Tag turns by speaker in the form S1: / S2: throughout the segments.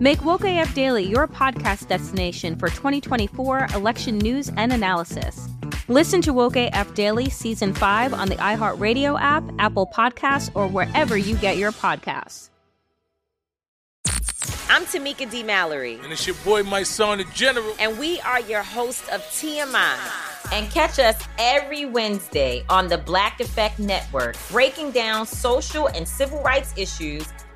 S1: Make Woke AF Daily your podcast destination for 2024 election news and analysis. Listen to Woke AF Daily Season 5 on the iHeartRadio app, Apple Podcasts, or wherever you get your podcasts.
S2: I'm Tamika D. Mallory,
S3: And it's your boy, my son, the general.
S2: and we are your hosts of TMI. And catch us every Wednesday on the Black Effect Network, breaking down social and civil rights issues,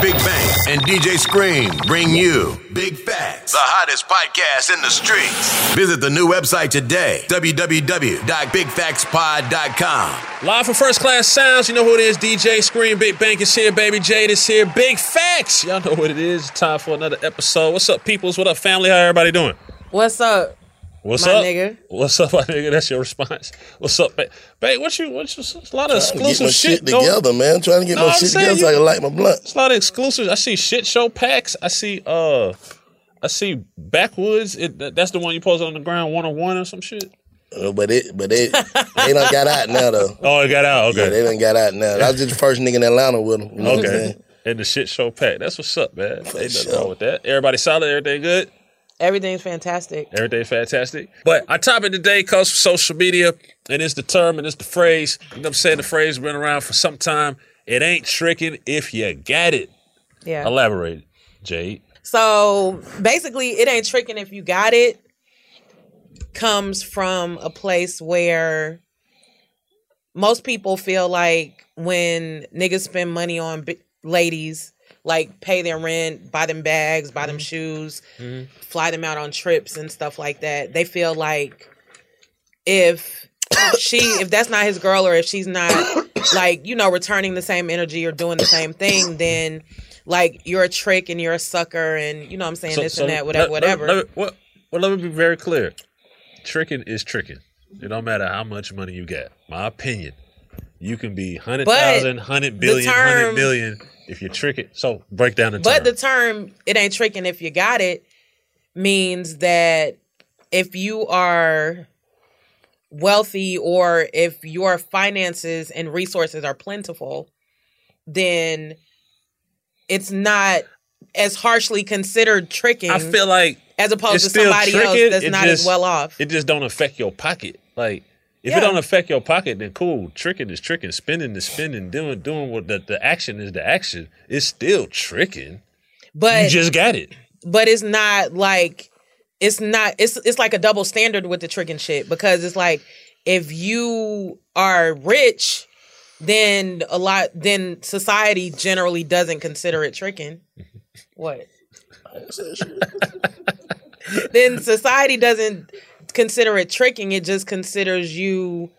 S4: Big Bang and DJ Scream bring you Big Facts, the hottest podcast in the streets. Visit the new website today, www.bigfactspod.com.
S3: Live from First Class Sounds, you know who it is. DJ Scream, Big Bank is here, baby. Jade is here. Big Facts. Y'all know what it is. Time for another episode. What's up, peoples? What up, family? How everybody doing?
S5: What's up?
S3: What's
S5: My
S3: up,
S5: nigga.
S3: What's up, my nigga? That's your response. What's up, babe? Babe, what you? What you? It's a lot of
S6: Trying to get
S3: exclusive
S6: my shit
S3: going-
S6: together, man. Trying to get
S3: No,
S6: my
S3: I'm
S6: shit
S3: saying
S6: together so I
S3: you-
S6: can light my blunt.
S3: It's a lot of exclusives. I see shit show packs. I see uh, I see backwoods. It, that- that's the one you posted on the ground, one on one or some shit.
S6: Uh, But it, but they, they done got out now though.
S3: Oh, it got out.
S6: Yeah,
S3: Okay,
S6: they done got out now. I was just the first nigga in Atlanta with them. You know what I'm
S3: okay.
S6: saying?
S3: And the shit show pack. That's what's up, man. Ain't nothing
S6: sure.
S3: wrong with that. Everybody solid. Everything good.
S5: Everything's fantastic.
S3: Everything fantastic. But our topic today comes from social media, and it's the term and it's the phrase. You know what I'm saying? The phrase been around for some time. It ain't tricking if you got it.
S5: Yeah.
S3: Elaborate, Jade.
S5: So basically, it ain't tricking if you got it. Comes from a place where most people feel like when niggas spend money on bi- ladies, like pay their rent, buy them bags, buy
S3: Mm-hmm.
S5: them shoes, fly them out on trips and stuff like that, they feel like if she if that's not his girl or if she's not like you know returning the same energy or doing the same thing then like you're a trick and you're a sucker and you know what i'm saying this and that whatever
S3: let- let-
S5: whatever
S3: let me- what- well, let me be very clear. Tricking is tricking. It don't matter how much money you got. My opinion. You can be 100,000, 100 billion,
S5: term-
S3: 100 million if you trick it. So break down the
S5: But
S3: term.
S5: the term "it ain't tricking if you got it" means that if you are wealthy or if your finances and resources are plentiful, then it's not as harshly considered tricking
S3: I feel like
S5: as opposed
S3: it's
S5: to
S3: still
S5: somebody
S3: tricking,
S5: else that's
S3: it
S5: not as
S3: just-
S5: well off.
S3: It just don't affect your pocket. Like if
S5: Yeah.
S3: it don't affect your pocket, then cool. Tricking is tricking. Spending is spending. Doing doing what the, the action is the action. It's still tricking.
S5: but
S3: you just got it.
S5: but it's not like it's not it's it's like a double standard with the trick and shit because it's like if you are rich then a lot then society generally doesn't consider it tricking what then society doesn't consider it tricking it just considers you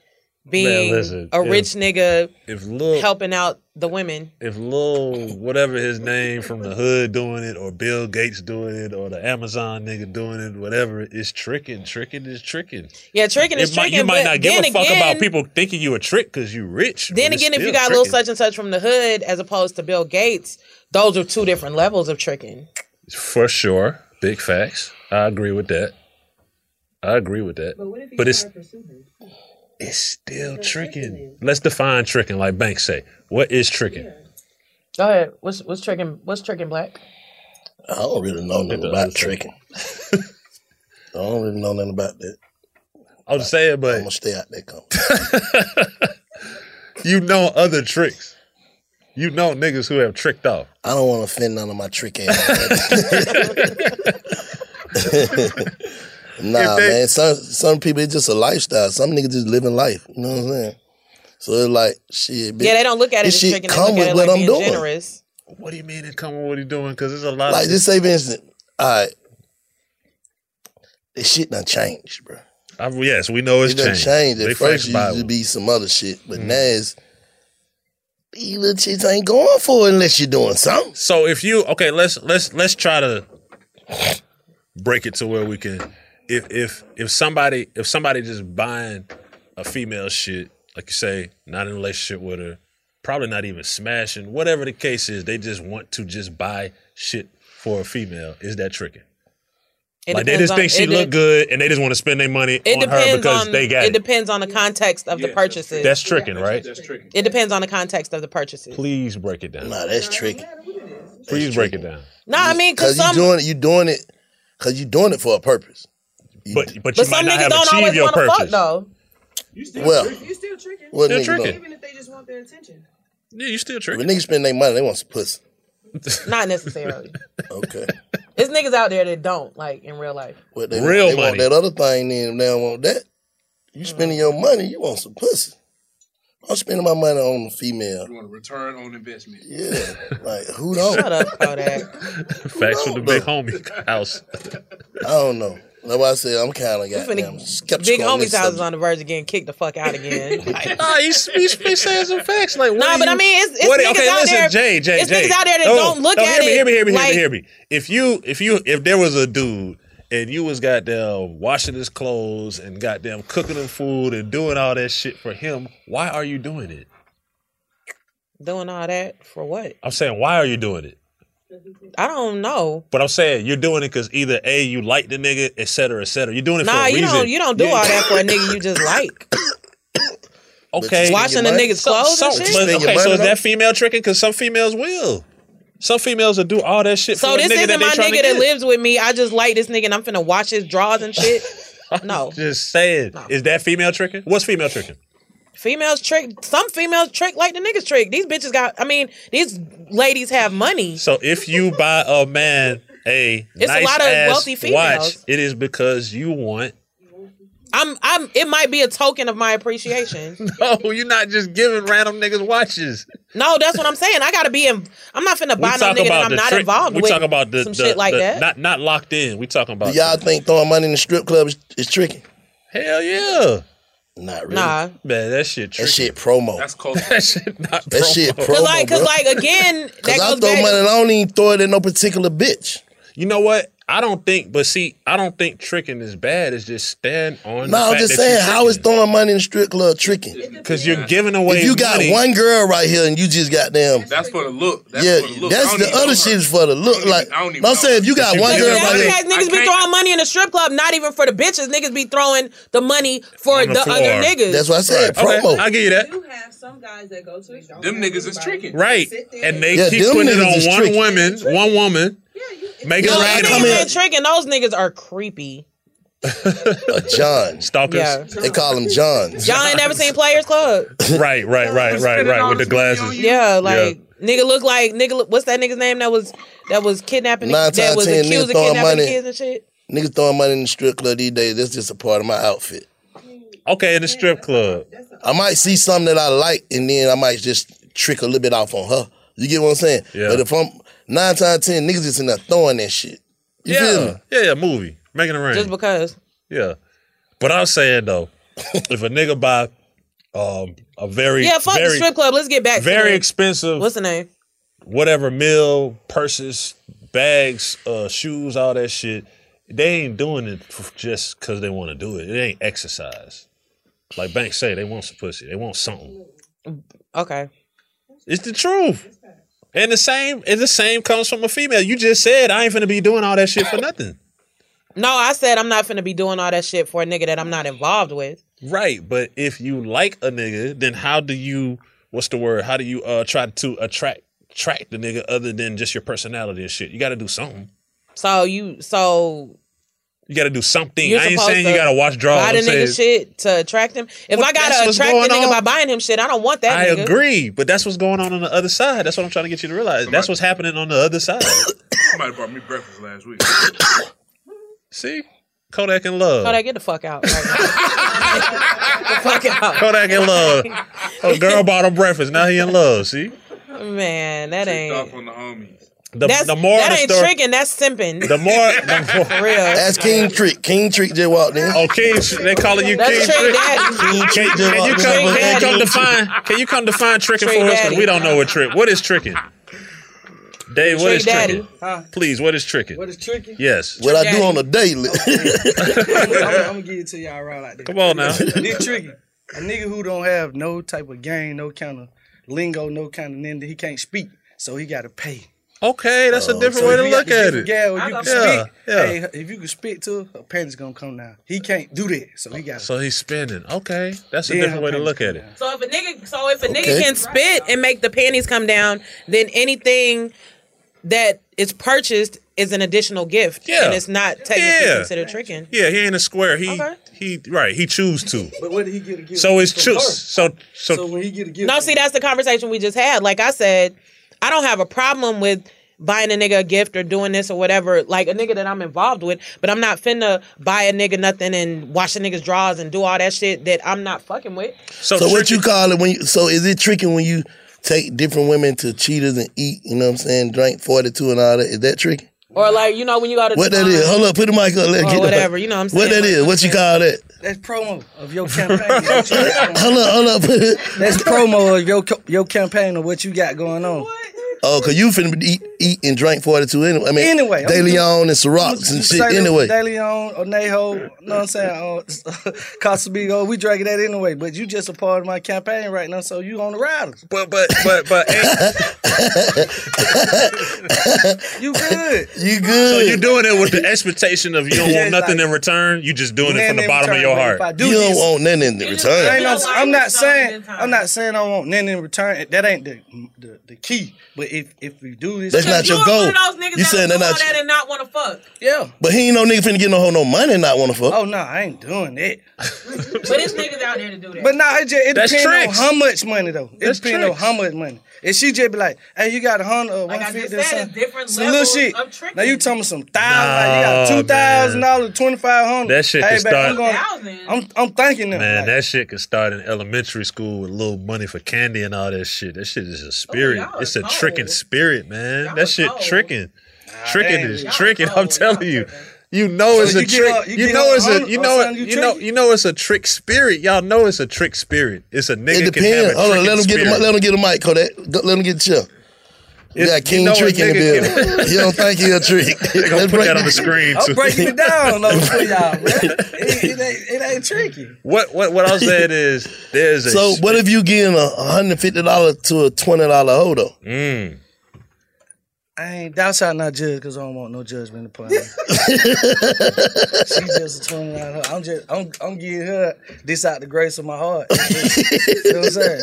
S5: being
S3: listen,
S5: a
S3: if-
S5: rich nigga
S3: If Lil
S5: helping out the women
S3: if Lil whatever his name from the hood doing it, or Bill Gates doing it, or the Amazon nigga doing it, whatever, it's tricking. Tricking is tricking.
S5: yeah tricking is
S3: It might-
S5: tricking
S3: you might
S5: but
S3: not give
S5: then
S3: a fuck
S5: again-
S3: about people thinking you a trick because you rich.
S5: Then
S3: but it's
S5: again, if you
S3: still
S5: got little
S3: tricking.
S5: such and such from the hood as opposed to Bill Gates, those are two different levels of tricking.
S3: For sure. Big facts. I agree with that. I agree with that. But, it's it's still tricking. Let's define tricking, like Banks say. What is tricking?
S5: Go ahead. What's what's tricking? What's tricking, Black?
S6: I don't really know nothing
S3: the
S6: about
S3: other side.
S6: tricking. I don't really know nothing about that.
S3: I'm saying,
S6: I'm gonna
S3: but
S6: stay out there. Come.
S3: you know other tricks. You know niggas who have tricked off.
S6: I don't want to offend none of my trick ass. nah,
S3: If they-
S6: man. Some some people it's just a lifestyle. Some niggas just living life. You know what I'm saying? So it's like shit. Bitch.
S5: Yeah, they don't look at it
S6: This
S5: as
S6: shit
S5: tricking. They
S6: come
S5: look
S6: with
S5: at it
S6: what
S5: like
S6: I'm
S5: being
S6: doing.
S5: generous.
S3: What do you mean it come with what he doing? Because there's a lot
S6: Like
S3: of
S6: just say, for instance, all right, this shit done changed, bro.
S3: I- yes, we know it's
S6: it done
S3: changed.
S6: changed. At
S3: Big
S6: first,
S3: Facts
S6: it used
S3: Bible. Mm-hmm.
S6: to be some other shit, but now it's you little chicks ain't going for it unless you're doing something.
S3: So if you okay, let's let's let's try to break it to where we can. If if if somebody if somebody just buying a female shit, like you say, not in a relationship with her, probably not even smashing, whatever the case is, they just want to just buy shit for a female. Is that tricking?
S5: It
S3: like they
S5: depends
S3: just
S5: on-
S3: think she
S5: it
S3: look
S5: de-
S3: good and they just want to spend their money
S5: It
S3: on her
S5: depends
S3: because
S5: on
S3: they got
S5: it
S3: it.
S5: depends on the context of the purchases.
S3: That's tricking, right?
S5: it depends on the context of the purchases.
S3: Please break it down.
S6: Nah, that's tricky.
S3: Please break it down.
S5: No, I mean
S6: Cause
S5: because
S6: you
S5: some
S6: doing it, you doing it, cause you doing it for a purpose.
S3: But but you
S5: but
S3: might
S5: some
S3: not
S5: niggas
S3: have
S5: don't
S3: achieved
S5: always
S3: your
S5: want to fuck
S3: purchase.
S5: though.
S6: Well, what
S3: Still
S6: niggas
S3: tricking.
S6: know?
S3: Yeah, you still
S6: When
S3: tricking.
S6: niggas spend their money, they want some pussy.
S5: Not necessarily.
S6: Okay,
S5: There's niggas out there that don't like in real life.
S6: what they
S3: Real
S6: want, they
S3: money.
S6: want that other thing. Then they don't want that. You
S5: Mm.
S6: spending your money, you want some pussy. I'm spending my money on a female.
S7: want a return on investment.
S6: Yeah, like who don't?
S5: Shut up, Kodak.
S3: Facts with the big homie house.
S6: I don't know. That's why I say I'm kind of
S5: finna-
S6: goddamn skeptical.
S5: Big
S6: on this
S5: homie's house is
S6: subject.
S5: on the verge of getting kicked the fuck out again.
S3: Nah, he's, he's, he's saying some facts. Like, what
S5: Nah,
S3: do
S5: but
S3: you-
S5: I mean, it's- it's
S3: what do-
S5: niggas
S3: okay,
S5: out
S3: listen,
S5: there-
S3: Jay, Jay,
S5: it's
S3: Jay.
S5: niggas out there that don't look
S3: hear
S5: at
S3: me,
S5: it
S3: Hear me, hear me, hear
S5: like-
S3: me, hear me. If you, if you, if there was a dude and you was goddamn washing his clothes and goddamn cooking him food and doing all that shit for him, why are you doing it?
S5: Doing all that for what?
S3: I'm saying, why are you doing it?
S5: I don't know.
S3: But I'm saying you're doing it because either a you like the nigga, et cetera, et cetera. You're doing it
S5: Nah,
S3: for a
S5: you
S3: reason.
S5: don't. You don't do all that for a nigga you just like.
S3: okay.
S5: Washing a
S6: money.
S5: nigga's clothes
S3: So,
S5: and
S3: but-
S5: shit.
S6: Spend your
S3: okay, so
S6: money
S3: is
S6: on-
S3: that female tricking? Because some females will. Some females will do all that shit.
S5: So
S3: for
S5: this
S3: a nigga
S5: isn't
S3: that they
S5: my
S3: trying to
S5: nigga that
S3: get.
S5: lives with me. I just like this nigga and I'm finna wash his drawers and shit. No.
S3: Just saying, is that female tricking? What's female tricking?
S5: Females trick some females trick like the niggas trick. These bitches got I mean, these ladies have money.
S3: So if you buy a man a
S5: It's a
S3: nice
S5: lot of
S3: ass
S5: wealthy
S3: watch,
S5: females.
S3: it is because you want.
S5: I'm I'm it might be a token of my appreciation.
S3: No, you're not just giving random niggas watches.
S5: no, that's what I'm saying. I gotta be in I'm not finna
S3: We
S5: buy no
S3: talk
S5: nigga
S3: about
S5: that I'm
S3: the
S5: not
S3: trick-
S5: involved
S3: We
S5: with.
S3: talk about the,
S5: some
S3: the-
S5: shit like
S3: the-
S5: that.
S3: Not not locked in. We talking
S6: Do
S3: about
S6: y'all think throwing money in the strip club is, is tricky?
S3: hell yeah,
S6: Not really.
S5: nah.
S3: man. That shit
S6: That
S3: tricky.
S6: shit promo.
S7: That's close.
S3: That shit not.
S6: that
S3: promo.
S6: shit promo.
S5: Cause like
S6: bro.
S5: cause like again, that
S6: Cause I
S5: goes
S6: throw
S5: back
S6: money and I don't even throw it at no particular bitch.
S3: You know what? I don't think, but see, I don't think tricking is bad. It's just stand on.
S6: No, I'm just saying, how is throwing money in the strip club tricking?
S3: Because you're giving away.
S6: If you got
S3: money-
S6: one girl right here and you just got them,
S7: That's for the look. That's
S6: yeah,
S7: for the look. I
S6: that's
S7: don't
S6: the
S7: even know
S6: other
S7: her.
S6: shit is for the
S7: I
S6: look.
S7: don't
S6: Like
S7: even- I don't even
S6: I'm
S7: know
S6: saying,
S7: her.
S6: if you got
S3: If you
S6: one
S3: got
S6: girl
S3: one
S6: right
S3: girl-
S6: here,
S5: Nowadays, niggas be
S7: can't-
S5: throwing money in the strip club, not even for the bitches. Niggas be throwing the money for
S3: On
S5: the,
S3: the
S5: other
S3: floor.
S5: niggas.
S6: that's what I said.
S3: Okay,
S6: Promo.
S3: I give you that.
S7: Them niggas is tricking.
S3: Right, and they
S6: Yeah,
S3: keep
S6: them
S3: putting it
S6: niggas
S3: on
S6: is
S3: one
S6: tricky.
S3: woman, one woman, making
S6: No,
S5: Those
S6: Right,
S3: random
S6: come
S5: niggas
S6: here.
S5: ain't tricking. Those niggas are creepy.
S6: Uh, John.
S3: stalkers.
S5: Yeah.
S6: They call him John.
S5: Y'all ain't never seen Players Club.
S3: Right, right, right, right, right. With the glasses.
S5: Yeah, like nigga look like nigga. Look, what's that nigga's name that was that was kidnapping?
S6: Nine
S5: that
S6: times
S5: was
S6: ten, niggas
S5: accused of
S6: throwing
S5: kidnapping
S6: money.
S5: kids and shit.
S6: Niggas throwing money in the strip club these days. That's just a part of my outfit.
S3: Okay, in the strip club.
S6: I might see something that I like, and then I might just trick a little bit off on her. You get what I'm saying?
S3: Yeah.
S6: But if I'm nine times out of ten, niggas just in there throwing that shit. You feel me?
S3: Yeah, yeah, yeah. Movie making it rain.
S5: Just because
S3: yeah, but I'm saying though, if a nigga buy um, a very,
S5: yeah, fuck the
S3: very,
S5: strip club. Let's get back.
S3: very
S5: to it.
S3: expensive
S5: what's the name?
S3: whatever meal, purses, bags, uh, shoes, all that shit. They ain't doing it f- just because they want to do it. It ain't exercise. Like Banks say, they want some pussy. They want something.
S5: Okay,
S3: It's the truth. And the same, and the same comes from a female. You just said I ain't finna be doing all that shit for nothing.
S5: no, I said I'm not finna be doing all that shit for a nigga that I'm not involved with.
S3: Right, but if you like a nigga, then how do you? What's the word? How do you uh try to attract attract the nigga other than just your personality and shit? You got to do something.
S5: So you so
S3: You got to do something.
S5: You're
S3: I ain't
S5: supposed
S3: saying
S5: to
S3: you got to watch draws.
S5: buy
S3: I'm
S5: the nigga
S3: saying-
S5: shit to attract him. If
S3: Well,
S5: I
S3: that's
S5: gotta
S3: what's
S5: attract
S3: going
S5: the nigga
S3: on.
S5: by buying him shit, I don't want that.
S3: I
S5: nigga.
S3: agree, but that's what's going on on the other side. That's what I'm trying to get you to realize. That's what's happening on the other side.
S7: Somebody brought me breakfast last week.
S3: See, Kodak in love.
S5: Kodak, get the fuck out. Right now. Get the fuck out,
S3: Kodak in love. A girl bought him breakfast. Now he in love. See,
S5: man. That
S7: Off
S5: ain't.
S7: on the homies.
S3: the,
S5: That's,
S3: the moral
S5: that
S3: of the
S5: ain't
S3: story.
S5: tricking. That's simping.
S3: The more, the more
S5: For real.
S6: That's King Trick. King Trick just walked in.
S3: oh, King, they calling you
S5: That's
S3: King
S5: Trick
S3: Trick.
S6: King
S5: Daddy.
S3: Can,
S6: Trick just
S3: can you
S6: walked in.
S3: come?
S5: Trick
S3: Can you
S5: Daddy.
S3: come define? Can you come define tricking
S5: Trick
S3: for us? 'Cause
S5: Daddy.
S3: we don't know what trick. What is tricking? Dave, what
S5: Trick
S3: is
S5: Daddy.
S3: tricking? Please, what is tricking?
S8: What is tricky?
S3: yes.
S6: What I do
S5: Daddy.
S6: on a daily.
S8: I'm, gonna give it to y'all right like that.
S3: Come on now.
S8: Nick Tricky, a nigga who don't have no type of game, no kind of lingo, no kind of name that he can't speak, so he gotta pay.
S3: Okay, that's a different
S8: Uh, Oh, So
S3: way
S8: if
S3: to
S8: you got
S3: look
S8: the
S3: at
S8: different
S3: it.
S8: gal where
S7: I
S8: you
S7: love
S8: can
S3: that.
S8: speak.
S3: Yeah, yeah.
S8: Hey, her- if you can speak to her, her panties gonna come down. He can't do that, so he gotta.
S3: So he's spinning. Okay, that's a
S8: Yeah,
S3: different way to
S8: okay.
S3: look at it.
S5: So if a nigga, so if a nigga
S6: Okay.
S5: can spit and make the panties come down, then anything that is purchased is an additional gift,
S3: Yeah.
S5: and it's not technically
S3: Yeah.
S5: considered tricking.
S3: Yeah, he ain't a square. He
S5: Okay.
S3: he right. He choose to.
S8: But what did he get a gift?
S3: So it's
S8: from
S3: choose.
S8: her?
S3: So so,
S8: So when he get a gift,
S5: No,
S8: from
S5: see, that's the conversation we just had. Like I said, I don't have a problem with buying a nigga a gift or doing this or whatever, like a nigga that I'm involved with, but I'm not finna buy a nigga nothing and wash a nigga's drawers and do all that shit that I'm not fucking with.
S3: so,
S6: So what
S3: tricky-
S6: you call it when you so is it tricking when you take different women to cheaters and eat, you know what I'm saying, drink forty two and all that? Is that tricking?
S5: Or like, you know, when you go to
S6: What that
S5: um,
S6: is? Hold up, put the mic up, let's
S5: Or
S6: get the-
S5: whatever, you know what I'm
S6: What
S5: saying,
S6: that is? What you call that?
S8: that's promo of your campaign.
S6: Hold up, hold up. put it-
S8: that's promo of your co- your campaign of what you got going on.
S6: oh, cause you finna be eat, eat and drink forty two anyway. I mean
S8: Anyway, I'm
S6: De
S8: just-
S6: Leon and Ciroc and shit
S8: Say
S6: anyway.
S8: De Leon, Onejo, you know what I'm saying? Uh, Casabigo, we dragging that anyway. But you just a part of my campaign right now, so you on the riders.
S3: But but but but ain't-
S8: You good.
S6: You good?
S3: so you doing it with the expectation of you don't want
S8: Yes,
S3: nothing
S8: like-
S3: in return. You just doing it
S8: Man,
S3: from the
S8: in
S3: bottom of
S8: return,
S3: your
S8: but
S3: heart.
S8: If I do
S6: you don't
S8: this,
S6: want nothing in the
S8: I
S6: return.
S8: ain't no,
S5: You
S8: I'm
S5: don't
S8: not
S5: like
S8: saying
S5: yourself in
S8: I'm not saying I want nothing in return. That ain't the the, the key. But if if we do this,
S6: That's not
S5: You
S6: your
S5: are
S6: goal.
S5: one of those niggas
S6: You
S5: that'll
S6: saying
S5: do
S6: that
S5: all
S6: not
S5: that
S6: you-
S5: and not want to fuck.
S8: yeah.
S6: But he ain't no nigga finna get no whole no money and not wanna fuck.
S8: Oh no, I ain't doing that.
S5: But it's niggas out there to do that.
S8: But nah, it, just, it
S3: That's
S8: depends
S3: tricks.
S8: on how much money though. It
S3: That's
S8: depends on
S3: tricks.
S8: how much money. If she just be like, "Hey, you got a hundred, or
S5: Like I
S8: one
S5: just said,
S8: fifty, or
S5: it's
S8: something,"
S5: different
S8: some little
S5: levels
S8: shit.
S5: of tricking.
S8: Now you talking some thousand?
S3: Nah,
S8: like you got two thousand dollars, twenty five hundred.
S3: That shit
S8: hey,
S3: can
S8: babe, I'm
S3: start-
S8: going.
S5: Thousand?
S8: I'm I'm thinking them.
S3: Man,
S8: like,
S3: that shit could start in elementary school with little money for candy and all that shit. That shit is a spirit.
S5: y'all
S3: it's
S5: are
S3: a tricking
S5: cold.
S3: spirit, man.
S5: Y'all are
S3: that shit
S5: cold.
S3: tricking. tricking
S8: damn,
S3: is
S8: y'all
S5: are
S3: tricking. I'm
S5: cold.
S3: telling
S5: Y'all
S3: you.
S5: tripping.
S3: You know it's
S8: you
S3: a
S8: get
S3: trick.
S8: on- you
S3: you
S8: get
S3: know
S8: on
S3: it's
S8: hundred
S3: a you
S8: or
S3: know it,
S8: something, you
S3: you know
S8: tricking.
S3: you know it's a trick spirit. Y'all know it's a trick spirit. It's a nigga
S6: it
S3: can have
S6: depends.
S3: a
S6: Hold on, let him
S3: tricking
S6: get a, mi-
S3: spirit.
S6: let him get a mic, Kodak. Go- Let him get the chair. We
S3: It's-
S6: got King
S3: you know a
S6: Trick in the
S3: nigga can-
S6: building. he don't think he a trick.
S3: They're gonna
S6: Let's
S3: put
S6: break
S3: that
S6: it.
S3: on the screen
S8: I'm
S3: too.
S8: breaking it down though for y'all, man. It, it ain't, it ain't tricky.
S3: What what what I'm saying is there's a
S6: So what if you getting a hundred fifty dollar to a twenty dollar hoe though?
S3: Mm.
S8: I ain't that's how I not judge because I don't want no judgment upon me. She just a twenty nine. I'm just I'm I'm giving her this out the grace of my heart. you know what I'm saying?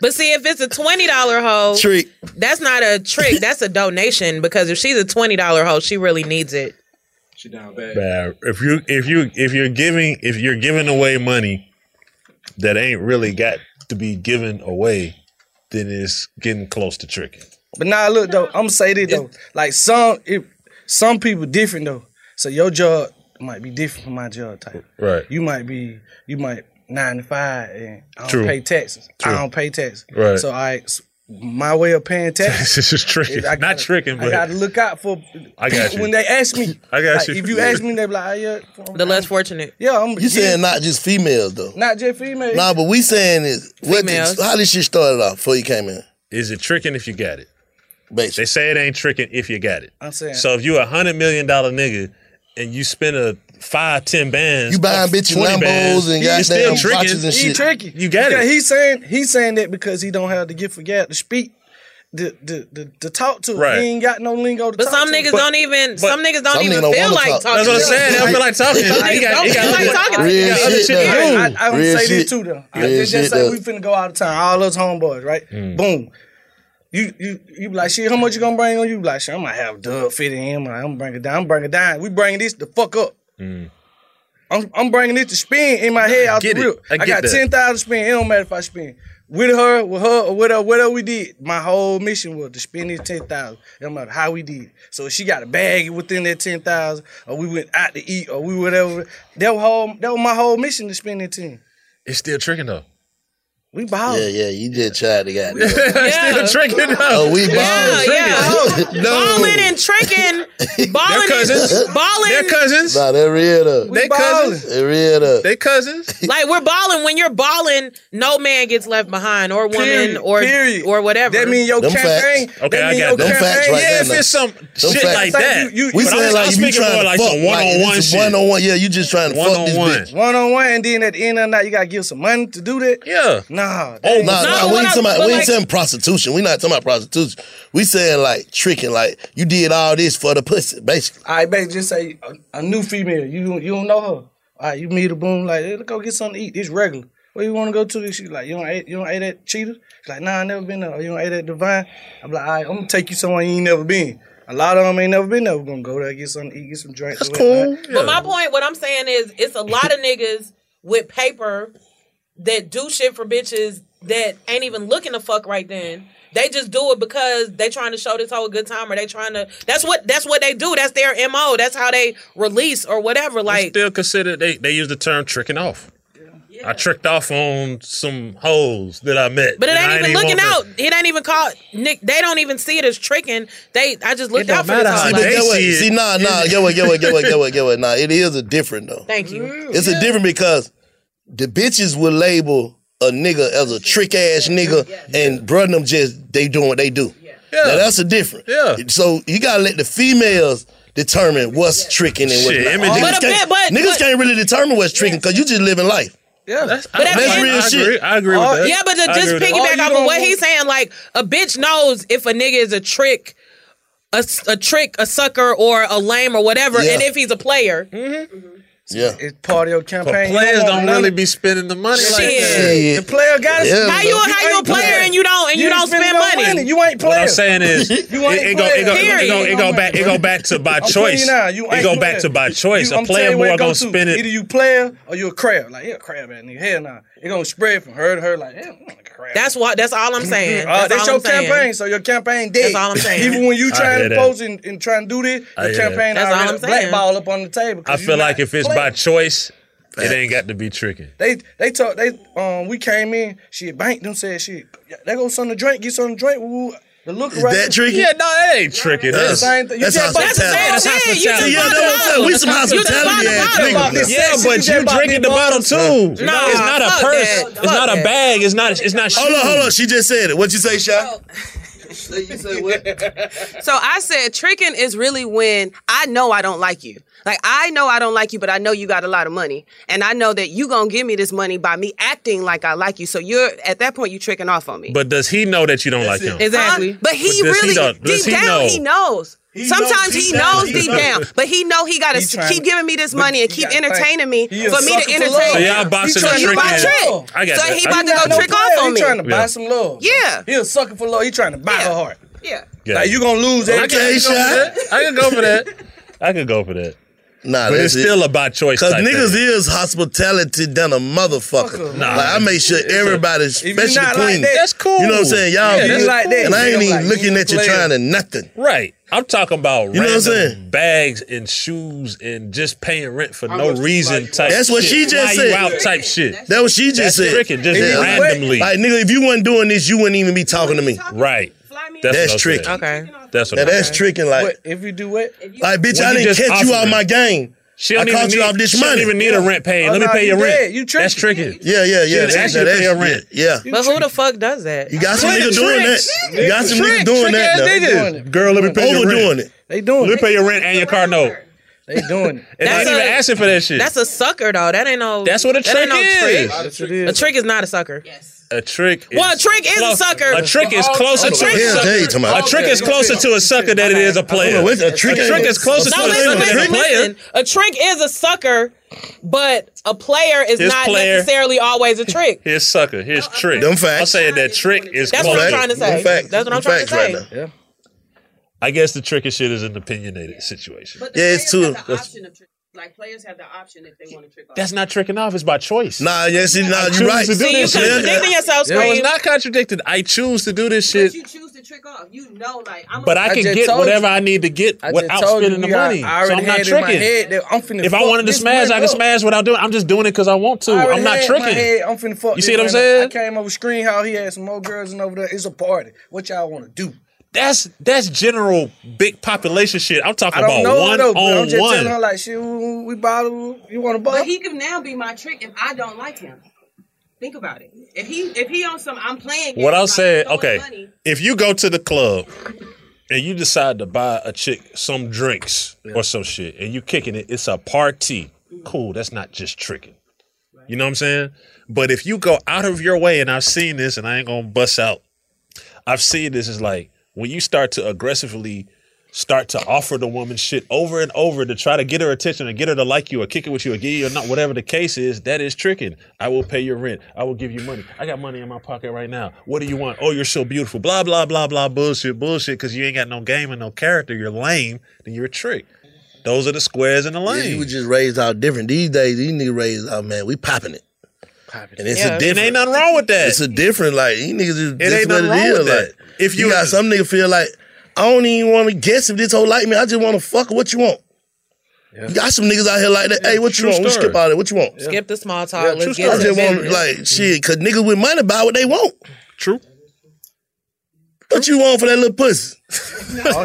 S5: But see, if it's a twenty dollar hoe,
S6: Trick.
S5: that's not a trick. That's a donation because if she's a twenty dollar hoe, she really needs it.
S7: She down bad.
S3: Bad. If you if you if you're giving if you're giving away money that ain't really got to be given away, then it's getting close to tricking.
S8: But now look though, I'm gonna say this though. Like some if some people different though. So your job might be different from my job type.
S3: Right.
S8: You might be you might nine to five and I don't
S3: True.
S8: pay taxes.
S3: True.
S8: I don't pay taxes.
S3: Right.
S8: So I s- my way of paying taxes.
S3: this is tricking.
S8: is I
S3: Not
S8: gotta-
S3: tricking,
S8: I gotta
S3: but
S8: look out for.
S3: I got you.
S8: When they ask me,
S3: I got
S8: like,
S3: you.
S8: If you ask me, they be like, oh, yeah,
S5: The less fortunate.
S8: yeah, I'm.
S6: You saying not just females though?
S8: not just female?
S6: Nah, but we saying is what
S5: Females.
S6: the, how this shit started off before you came in.
S3: is it tricking if you got it? They
S6: Basically,
S3: say it ain't tricking if you got it.
S8: I'm saying.
S3: So if you a hundred million dollar nigga and you spend a five, ten bands,
S6: You buying
S3: or
S6: bitches
S3: 20
S6: Lambos
S3: bands,
S6: and
S3: you still
S6: goddamn watches and
S3: tricking.
S6: shit.
S8: he tricky.
S3: You got
S8: Yeah,
S3: it.
S8: He's saying he's saying that because he don't have the gift for gab to speak, the the the, the talk to.
S3: Right.
S8: He ain't got no lingo to
S5: But
S8: talk
S5: some
S8: to.
S5: niggas don't even. Some niggas don't
S6: Some
S5: even
S6: niggas don't
S5: feel
S6: wanna
S5: like
S6: talk.
S5: talking.
S3: That's what I'm
S5: to them.
S3: saying. They don't feel like talking. You got, you
S5: Don't
S3: got,
S5: feel like talking.
S3: you
S6: real
S3: got other
S6: shit
S3: shit to
S6: though.
S3: do.
S8: I, I, I would
S6: Real
S8: say
S6: shit.
S8: this too though. I
S6: Real
S8: just, just
S6: shit,
S8: say
S6: though.
S8: we finna go out of town, all us homeboys, right?
S3: Hmm.
S8: Boom. You you you be like, shit, how much you gonna bring on you? Be like, shit, I might have Doug fit in, I'm gonna bring it down, I'm bring it down. We bring this the fuck up.
S3: Hmm.
S8: I'm, I'm bringing it to spin in my head out
S3: get
S8: the
S3: it.
S8: rip.
S3: I
S8: I,
S3: get
S8: got
S3: that.
S8: ten thousand spin. It don't matter if I spin with her, with her, or whatever, whatever we did. My whole mission was to spend this ten thousand. It don't matter how we did. it. So if she got a bag within that ten thousand, or we went out to eat, or we whatever. That was whole. That was my whole mission to spend that ten.
S3: It's still tricking though.
S8: We balled.
S6: Yeah, yeah, you did try to get it.
S3: Still tricking though.
S6: Oh, we ballin'.
S5: yeah.
S6: No.
S5: Balling and tricking. Balling
S3: cousins.
S5: and balling.
S3: They're cousins.
S6: Nah, that real though.
S3: They cousins.
S6: That real though.
S3: They cousins.
S5: Like we're balling. When you're balling, no man gets left behind, or woman,
S8: Period,
S5: or
S8: period.
S5: or whatever.
S8: That mean your
S6: Them
S8: campaign.
S6: facts.
S3: Okay,
S8: that
S3: I
S8: mean
S3: got
S8: your
S3: that.
S6: Them facts
S8: campaign-
S6: right
S3: yeah,
S6: there,
S3: if it's
S6: though.
S3: some
S6: Them
S3: shit
S6: facts.
S3: like
S8: Like,
S3: that.
S8: you- you-
S6: we
S3: but I'm,
S6: saying
S3: I'm
S6: like you be
S3: speaking
S6: trying
S3: more
S6: to
S3: like
S6: fuck,
S3: some one on one
S6: it's
S3: shit.
S6: One on one. Yeah, you just trying to
S3: One
S6: fuck
S3: on
S6: this
S3: one.
S6: bitch.
S8: One on one, and then at the end of the night, you gotta give some money to do that.
S3: Yeah.
S8: Nah. that-
S3: Oh,
S6: Nah,
S3: no.
S6: nah,
S5: what
S6: we ain't
S5: I-
S6: talking about,
S5: but
S6: we ain't
S5: like-
S6: saying prostitution. We not talking about prostitution. We saying like tricking, like you did all this for the pussy, basically.
S8: All right, baby, just say a, a new female. You don't- you don't know her. All right, you meet her, boom, like, hey, let's go get something to eat. It's regular. Where you want to go to? She like, you don't ate, you don't ate at Cheetah? She's like, nah, I never been there. Or, you don't ate at Divine? I'm like, all right, I'm going to take you somewhere you ain't never been. A lot of them ain't never been there. We're going to go there, get something to eat, get some drinks.
S6: That's
S8: or whatnot.
S6: cool.
S5: But my point, what I'm saying is, it's a lot of niggas with paper that do shit for bitches that ain't even looking to fuck right then. They just do it because they trying to show this whole good time, or they trying to. That's what that's what they do. That's their mo. That's how they release or whatever. Like
S3: still consider they they use the term tricking off. I tricked off on some hoes that I met.
S5: But it
S3: and I
S5: ain't even
S3: want
S5: looking
S3: to-
S5: out. It ain't even called Nick. They don't even see it as tricking. They, I just looked
S3: It
S5: out for
S3: don't
S5: this.
S3: matter how
S5: whole
S6: But
S3: they-
S5: lot.
S6: get what?
S3: see it.
S6: See, nah, nah, get what, get what, get what, get what, get what. Nah, it is a different though.
S5: Thank
S3: Mm-hmm.
S5: you.
S6: It's a different because the bitches will label a nigga as a trick ass nigga, and bruh them just they doing what they do. Now that's a different.
S3: Yeah.
S6: So you gotta let the females determine what's tricking and what's
S3: Shit,
S6: not.
S3: image-
S6: Niggas,
S3: But
S5: a
S6: can't,
S5: bit- but-
S6: niggas
S5: but-
S6: can't really determine what's tricking because you just living life.
S8: Yeah.
S3: That's,
S5: But
S3: I,
S5: at the
S3: I,
S5: end-
S3: I
S6: That's real
S3: agree.
S6: shit.
S3: I agree
S8: Oh,
S3: with that.
S5: Yeah, but to
S3: I
S5: just
S3: agree with that.
S5: piggyback
S8: All you
S5: off of
S8: don't
S5: what
S8: want-
S5: he's saying, like a bitch knows if a nigga is a trick, a, s- a trick, a sucker, or a lame or whatever,
S6: Yeah.
S5: and if he's a player.
S3: Mm-hmm.
S6: Yeah.
S8: It's part of your campaign.
S3: But
S8: You
S3: players
S8: want
S3: don't
S8: none
S3: really
S8: of-
S3: be spending the money like
S5: Shit.
S3: that.
S8: The player got to
S6: Yeah.
S5: How you how you a
S8: ain't
S5: player and you don't and you, don't
S8: ain't
S5: spend
S8: no
S5: money?
S8: You ain't
S3: What
S8: playing.
S3: I'm saying is, it,
S8: You ain't
S3: it go it go it go it go
S8: playing.
S3: back it go back to by
S8: I'm
S3: choice.
S8: telling you now, you
S3: It
S8: ain't
S3: go back
S8: playing.
S3: to by choice.
S8: You-
S3: A
S8: I'm telling
S3: player
S8: you where
S3: more
S8: it go
S3: gonna
S8: to.
S3: spend
S8: Either
S3: it.
S8: you player or you a crab. Like, yeah, crab at nigga. Hell nah. It gonna spread from her to her like, yeah, I'm a crab.
S5: That's what. That's all
S3: Mm-hmm.
S5: I'm saying.
S8: Uh,
S5: That's,
S8: that's
S5: all
S8: your
S5: I'm saying.
S8: campaign, so your campaign dead.
S5: That's all I'm saying.
S8: Even when you
S3: I
S8: trying
S3: hear
S8: to
S3: that.
S8: post and, and trying to do this,
S3: I
S8: your
S3: hear that.
S8: campaign
S5: That's all
S8: already
S5: I'm
S8: a black
S5: saying.
S8: ball up on the table. 'cause
S3: I
S8: you
S3: feel
S8: not
S3: like if it's
S8: playing.
S3: by choice, it ain't got to be tricking.
S8: They they told they um we came in, shit banked them said shit. They go something to drink, get something to drink. Woo, woo. the look
S6: Is
S8: right.
S6: that tricky?
S3: Yeah, no, it ain't tricking
S6: That's-
S3: us.
S8: Same thing. You
S6: That's
S8: just
S6: how
S5: That's
S8: bought-
S5: the same
S3: That's
S5: shit. You just
S3: hospitality.
S6: Yeah,
S5: bought
S6: that's what I'm saying. We
S5: the
S6: some
S5: bottle. You just bought
S6: hospitality
S5: the
S6: ass
S5: bottle.
S6: niggas.
S8: this
S3: Yeah,
S8: sexy,
S3: but
S8: just
S3: you
S8: bought
S3: drinking the
S8: this
S3: bottle too.
S5: Nah,
S3: it's not a
S5: fuck
S3: purse.
S5: that.
S3: It's
S5: Fuck
S3: not a
S5: that.
S3: bag. It's not. It's not.
S6: Hold on,
S3: shoes.
S6: hold on. She just said it. What you say, Shy? you say what?
S9: So I said tricking is really when I know I don't like you. Like I know I don't like you, but I know you got a lot of money, and I know that you gonna give me this money by me acting like I like you. So you're at that point you tricking off on me.
S3: But does he know that you don't like him?
S5: Exactly.
S9: Huh? But he
S3: But does he
S9: really
S3: know- does
S9: deep
S3: he
S9: down
S3: know?
S9: he knows. Sometimes he knows deep down, but he know he gotta
S8: He
S9: s-
S8: trying
S9: keep
S8: to-
S9: giving me this money and
S8: he
S9: keep
S8: gotta think.
S9: entertaining me
S8: He a
S9: for me
S8: sucker
S9: to
S8: for love.
S3: So
S9: entertain.
S3: y'all boxing
S8: He trying
S3: and
S8: to
S3: tricking.
S8: buy
S3: is-
S8: trick.
S3: I got
S9: So
S3: that.
S9: he
S3: I-
S9: about to
S8: He
S9: go
S8: got no
S9: trick
S8: player.
S9: off on
S8: he
S9: me.
S8: trying to buy
S3: Yeah.
S8: some love.
S9: Yeah.
S8: he a sucker for love. He trying to buy
S9: Yeah.
S8: her heart.
S9: Yeah.
S3: Yeah.
S8: Like you gonna lose
S3: I
S8: every
S3: can, I
S6: Okay,
S3: can go for
S6: Shy.
S3: that. I can go for that. I can go for that.
S6: Nah,
S3: But
S6: that's
S3: it's
S6: it.
S3: still a by choice.
S6: Cause
S3: type
S6: niggas
S3: thing.
S6: is hospitality done a motherfucker.
S3: Nah.
S6: like I make sure everybody,
S8: you
S6: especially
S8: not
S6: the
S8: like
S6: queen,
S8: that-
S3: That's cool.
S6: You know what I'm saying? Y'all
S3: Yeah, that's
S6: good.
S3: like that.
S6: And I ain't
S8: They
S6: even
S8: like,
S6: looking
S8: you
S6: at you
S8: player.
S6: trying to nothing.
S3: Right. I'm talking about
S6: You know what I'm
S3: random
S6: saying?
S3: bags and shoes and just paying rent for no
S7: much to fly
S3: reason
S7: you out.
S3: type
S6: That's what
S3: shit.
S6: she just
S3: Fly you
S6: said.
S3: out type shit.
S6: That what she just
S3: That's
S6: said.
S3: tricking, just
S6: Yeah.
S3: randomly.
S6: Like nigga, if you wasn't doing this, you wouldn't even be talking to me.
S3: Right.
S9: Fly me
S3: That's,
S6: That's
S3: what I'm
S6: tricky.
S3: saying.
S5: Okay.
S3: That's what
S6: Now
S3: I'm
S6: that's
S3: saying.
S6: tricking. Like,
S8: What if you do what?
S6: like bitch,
S3: When
S6: I
S3: you
S6: didn't
S3: just
S6: catch you out
S3: offering.
S6: my game.
S3: She
S6: I
S3: don't even
S6: caught you
S3: need-
S6: off this
S3: She
S6: money.
S3: don't even need a rent paid.
S8: Oh,
S3: Let me
S8: nah,
S3: pay your
S8: you
S3: rent.
S8: dead. You
S3: That's
S8: tricking.
S3: tricky.
S6: Yeah, yeah, yeah.
S3: She'll
S6: that's-
S3: ask you to
S6: that's-
S3: pay her rent.
S6: Yeah. yeah.
S5: But who the fuck does that?
S6: You got some
S3: Trick,
S6: niggas doing that.
S3: tricks.
S6: You got some niggas
S3: Trick,
S6: doing
S3: trick ass
S6: that.
S3: niggas.
S8: Doing it.
S3: Girl, let me
S6: though.
S3: pay your rent.
S6: Overdoing it.
S8: They doing
S3: Let
S8: it.
S3: me pay your rent and your car note.
S8: They doing it.
S3: And they ain't
S5: That's
S3: even
S5: a-
S3: asking for that shit.
S5: That's a sucker though. That ain't no.
S3: That's what a
S5: that
S3: trick
S5: ain't no
S3: is.
S5: Trick.
S8: That's what it
S5: A
S8: is.
S5: trick is not a sucker.
S3: A trick. Is
S5: Well, a trick is a
S3: close-
S5: sucker.
S3: A trick is
S7: All-
S3: closer
S7: all
S3: to
S7: the
S3: a
S7: way.
S6: Yeah,
S3: sucker.
S6: Jay talking
S3: A
S6: about.
S3: trick is closer to a sucker than it is a player.
S6: Hold on, what's a
S3: A
S6: trick?
S3: trick is closer to
S5: No,
S3: a
S5: listen,
S3: sucker than a
S5: listen,
S3: player.
S5: listen. A trick is a sucker, but a player is
S3: His
S5: not
S3: player.
S5: necessarily always a trick.
S3: Here's sucker. Here's trick.
S6: Them facts.
S3: I'm saying that trick is
S5: That's
S3: closer.
S5: what I'm trying to say.
S6: Facts.
S5: That's what I'm
S6: Facts
S5: trying to say.
S6: right now.
S3: I guess the trick and shit is an opinionated situation.
S6: Yeah, it's too.
S9: option of tricking.
S10: Like players have the option if they want to trick off.
S3: That's not tricking off. It's by choice.
S6: Nah, yes, it- nah,
S3: I
S6: you
S3: choose
S6: right.
S3: to do
S6: See, you
S3: this shit.
S6: contradicting yourself,
S3: No,
S6: Scream.
S3: it's not contradicted. I choose to do this
S10: But
S3: shit,
S10: you choose to trick off. You know, like I'm.
S3: but I can
S8: just
S3: get
S8: told
S3: whatever
S8: you.
S3: I need to get
S8: I just
S3: without
S8: told you,
S3: spending the
S8: I-
S3: money.
S8: I already
S3: so I'm not
S8: had it in my
S3: tricking.
S8: head that I'm finna
S3: if I
S8: fuck
S3: wanted to
S8: this
S3: smash,
S8: man
S3: I can
S8: up.
S3: smash without doing. I'm just doing it because I want to.
S8: I already
S3: I'm not
S8: had in My head,
S3: tricking.
S8: I'm finna fuck
S3: You
S8: this
S3: see what I'm
S8: man.
S3: saying?
S8: I came over screen how he had some more girls and over there. It's a party. What y'all want to do?
S3: That's that's general big population shit. I'm
S8: I
S3: talking
S8: don't
S3: about
S8: know
S3: one
S8: though, but I'm
S3: on
S8: just
S3: one.
S8: telling her like, shit, we, we bother. You want to bother?
S10: But he could now be my trick if I don't like him. Think about it. If he if he on some, I'm playing.
S3: What I'll
S10: games,
S3: say,
S10: like, throwing
S3: okay,
S10: money.
S3: if you go to the club and you decide to buy a chick some drinks or some shit, and you kicking it, it's a party. Cool, that's not just tricking. You know what I'm saying? But if you go out of your way, and I've seen this, and I ain't gonna bust out. I've seen this is like when you start to aggressively start to offer the woman shit over and over to try to get her attention and get her to like you or kick it with you or give you or not whatever the case is that is tricking i will pay your rent i will give you money i got money in my pocket right now what do you want oh you're so beautiful blah blah blah blah bullshit bullshit because you ain't got no game and no character you're lame then you're a trick those are the squares and the
S6: Yeah,
S3: lanes
S6: you was just raised out different. These days, these niggas raised out, man, we popping it. And it's
S3: Yeah.
S6: a different.
S3: And ain't nothing wrong with that.
S6: It's a different, like, these niggas is
S3: It
S6: this
S3: ain't
S6: what
S3: nothing wrong
S6: it
S3: with
S6: is.
S3: that.
S6: Like, if you, got some nigga feel like, I don't even want to guess if this whole like me. I just want to fuck what you want. You got some niggas out here like that.
S5: Yeah,
S6: hey, what you
S5: true
S6: want? We
S5: story.
S6: skip out of it. What you want?
S5: Skip the small talk.
S6: I
S5: Let's get Mm. to
S6: just
S5: the
S6: want
S5: business.
S6: like shit, cause niggas with money buy what they want.
S3: True.
S6: What you want for that little pussy?
S8: All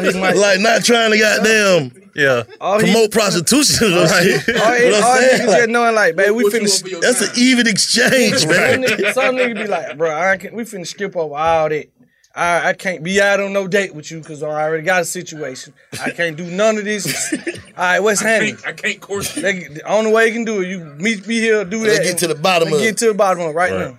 S8: he might-
S6: like not trying to goddamn
S3: yeah
S8: All he-
S6: promote prostitution.
S8: All
S6: right?
S8: he-
S6: You know
S8: all he-
S6: what I'm
S8: all he
S6: saying?
S8: niggas
S6: Like,
S8: just knowing like, man, we finna.
S6: That's an even exchange,
S8: some
S6: man.
S8: nigga, some nigga be like, bro, I can't, we finna skip over all that. I, I can't be out on no date with you because I already got a situation. I can't do none of this. all right, what's happening?
S7: I can't course you.
S8: They, the only way you can do it, you meet me here, do
S6: Let's
S8: that.
S6: get
S8: and-
S6: to the bottom
S8: let's
S6: of
S8: Get
S6: it.
S8: to the bottom of it right,
S6: Right.
S8: now.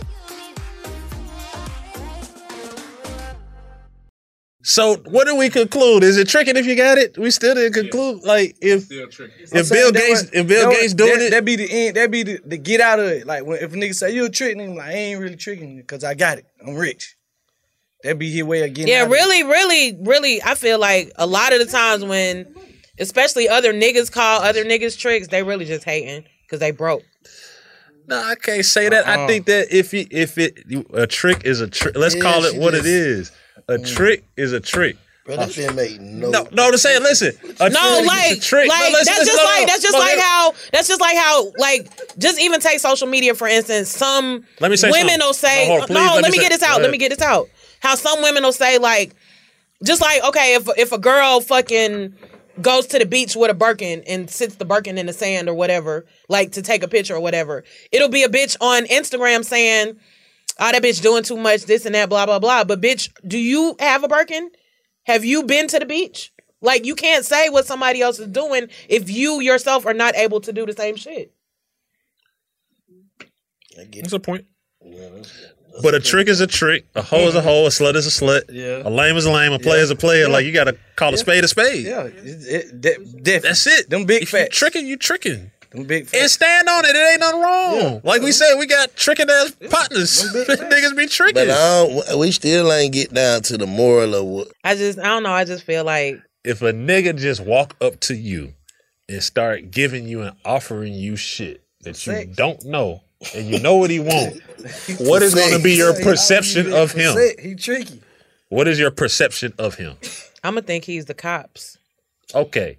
S3: So what did we conclude? Is it tricking if you got it? We still didn't conclude. Like if
S8: I'm saying
S3: if Bill
S8: that
S3: Gates
S8: would-
S3: if Bill
S8: that would-
S3: Gates doing
S8: that,
S3: it,
S8: that be the end. That be the, the get out of it. Like when, if a nigga say you a trick, nigga, like I ain't really tricking you because I got it. I'm rich. That be his way of getting.
S5: yeah,
S8: out of it.
S5: really, really, really. I feel like a lot of the times when, especially other niggas call other niggas tricks, they really just hating because they broke.
S3: no, I can't say that. I
S5: Uh-uh.
S3: think that if you, if it you- a trick is a trick, let's
S6: Yeah,
S3: call it
S6: she
S3: what
S6: just-
S3: it is. A
S5: Mm.
S3: trick is a trick.
S6: Bro,
S3: A
S6: that shit made no.
S3: No, no, I'm saying, listen. A
S5: No,
S3: trick
S5: like,
S3: is a trick. No,
S5: like
S3: listen,
S5: that's
S3: listen,
S5: just
S3: no,
S5: like
S3: no,
S5: that's just
S3: no,
S5: like
S3: let-
S5: how that's just like how like just even take social media for instance. Some
S3: Let me say
S5: women
S3: something.
S5: will say
S3: No, hold on, please,
S5: no.
S3: let
S5: Let,
S3: me
S5: me
S3: say-
S5: get this
S3: go
S5: out.
S3: ahead.
S5: Let me get this out. How some women will say like just like okay if if a girl fucking goes to the beach with a Birkin and sits the Birkin in the sand or whatever, like to take a picture or whatever, it'll be a bitch on Instagram saying, "Oh, that bitch doing too much, this and that, blah blah blah." But bitch, do you have a Birkin? Have you been to the beach? Like you can't say what somebody else is doing if you yourself are not able to do the same shit.
S3: That's a point. But a trick is a trick. A hoe is a hoe. A slut is a slut.
S8: Yeah.
S3: A lame is a lame. A player is a player. Like you gotta call a
S8: Yeah.
S3: spade a spade.
S8: Yeah, it, it, that, that's it. Them big facts.
S3: tricking, you tricking.
S8: Them big
S3: And
S8: facts.
S3: stand on it. It ain't nothing wrong. Like we said, we got tricking ass partners. Niggas be tricking.
S6: But
S8: uh,
S6: I don't, we still ain't get down to the moral of what.
S5: I just I don't know. I just feel like
S3: if a nigga just walk up to you and start giving you and offering you shit that you
S8: Sex.
S3: don't know and you know what he want, what is going to be your
S8: He-
S3: perception
S8: he-
S3: of him?
S8: He tricky.
S3: What is your perception of him?
S5: I'm gonna think he's the cops.
S3: Okay.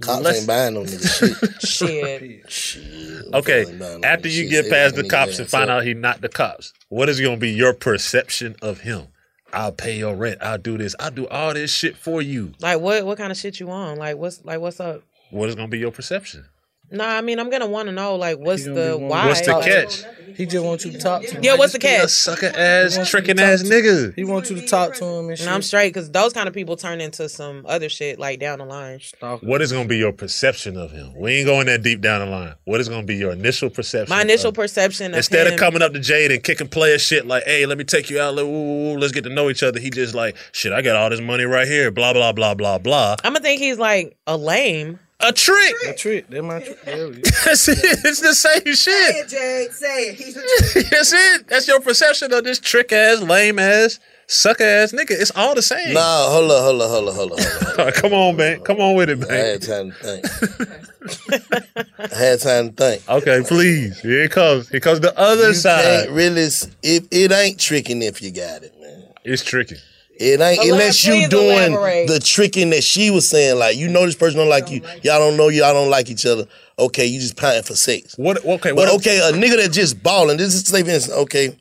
S6: Cops
S3: Let's-
S6: ain't buying no nigga shit.
S5: Shit.
S3: Okay.
S6: buying no
S3: After you
S6: shit.
S3: get
S6: They buying
S3: past the
S6: niggas
S3: cops and
S6: ass
S3: find
S6: up.
S3: out he not the cops, what is going to be your perception of him? I'll pay your rent. I'll do this. I'll do all this shit for you.
S5: Like what what kind of shit you on? Like what's like what's up?
S3: What is going to be your perception?
S5: Nah, I mean I'm gonna want to know like what's
S8: He gonna
S5: the
S8: be one-
S5: why?
S3: What's the
S5: Like,
S3: catch?
S8: He just wants you to talk to him.
S5: Yeah, what's the
S8: He
S5: catch?
S8: just
S3: Sucker ass, tricking
S8: wants
S3: ass
S8: you to talk to-
S3: nigga.
S8: He wants you to talk to him and shit.
S5: And I'm straight because those kind of people turn into some other shit like down the line.
S3: What is going to be your perception of him? We ain't going that deep down the line. What is going to be your initial perception?
S5: My initial
S3: of-
S5: perception of
S3: Instead
S5: him,
S3: of coming up to Jade and kicking player shit like, "Hey, let me take you out. Let, ooh, ooh, ooh, let's get to know each other." He just like, "Shit, I got all this money right here." Blah blah blah blah blah.
S5: I'm gonna think he's like a lame.
S3: A trick.
S8: A trick. That my trick. There we go.
S3: That's it. It's the same shit. Say
S11: it, Jade. Say it. He's
S3: That's it. That's your perception of this trick ass, lame ass, sucker ass nigga. It's all the same.
S6: Nah, hold up, hold up, hold up, hold up. Hold up.
S3: Come on, man. Come on with it,
S6: I
S3: man.
S6: had time to think. I had time to think.
S3: Okay, please. Here it comes. Here comes the other
S6: you
S3: side.
S6: Can't really, s- if it ain't tricking if you got it, man.
S3: It's tricky.
S6: It ain't
S3: Elab-
S6: unless you
S3: please
S6: doing
S3: elaborate.
S6: the tricking that she was saying. Like you know this person don't like you. y'all don't know you. Y'all don't like each other. Okay, you just pining for sex.
S3: What? Okay.
S6: But okay, a nigga that just balling. This is say for instance, okay,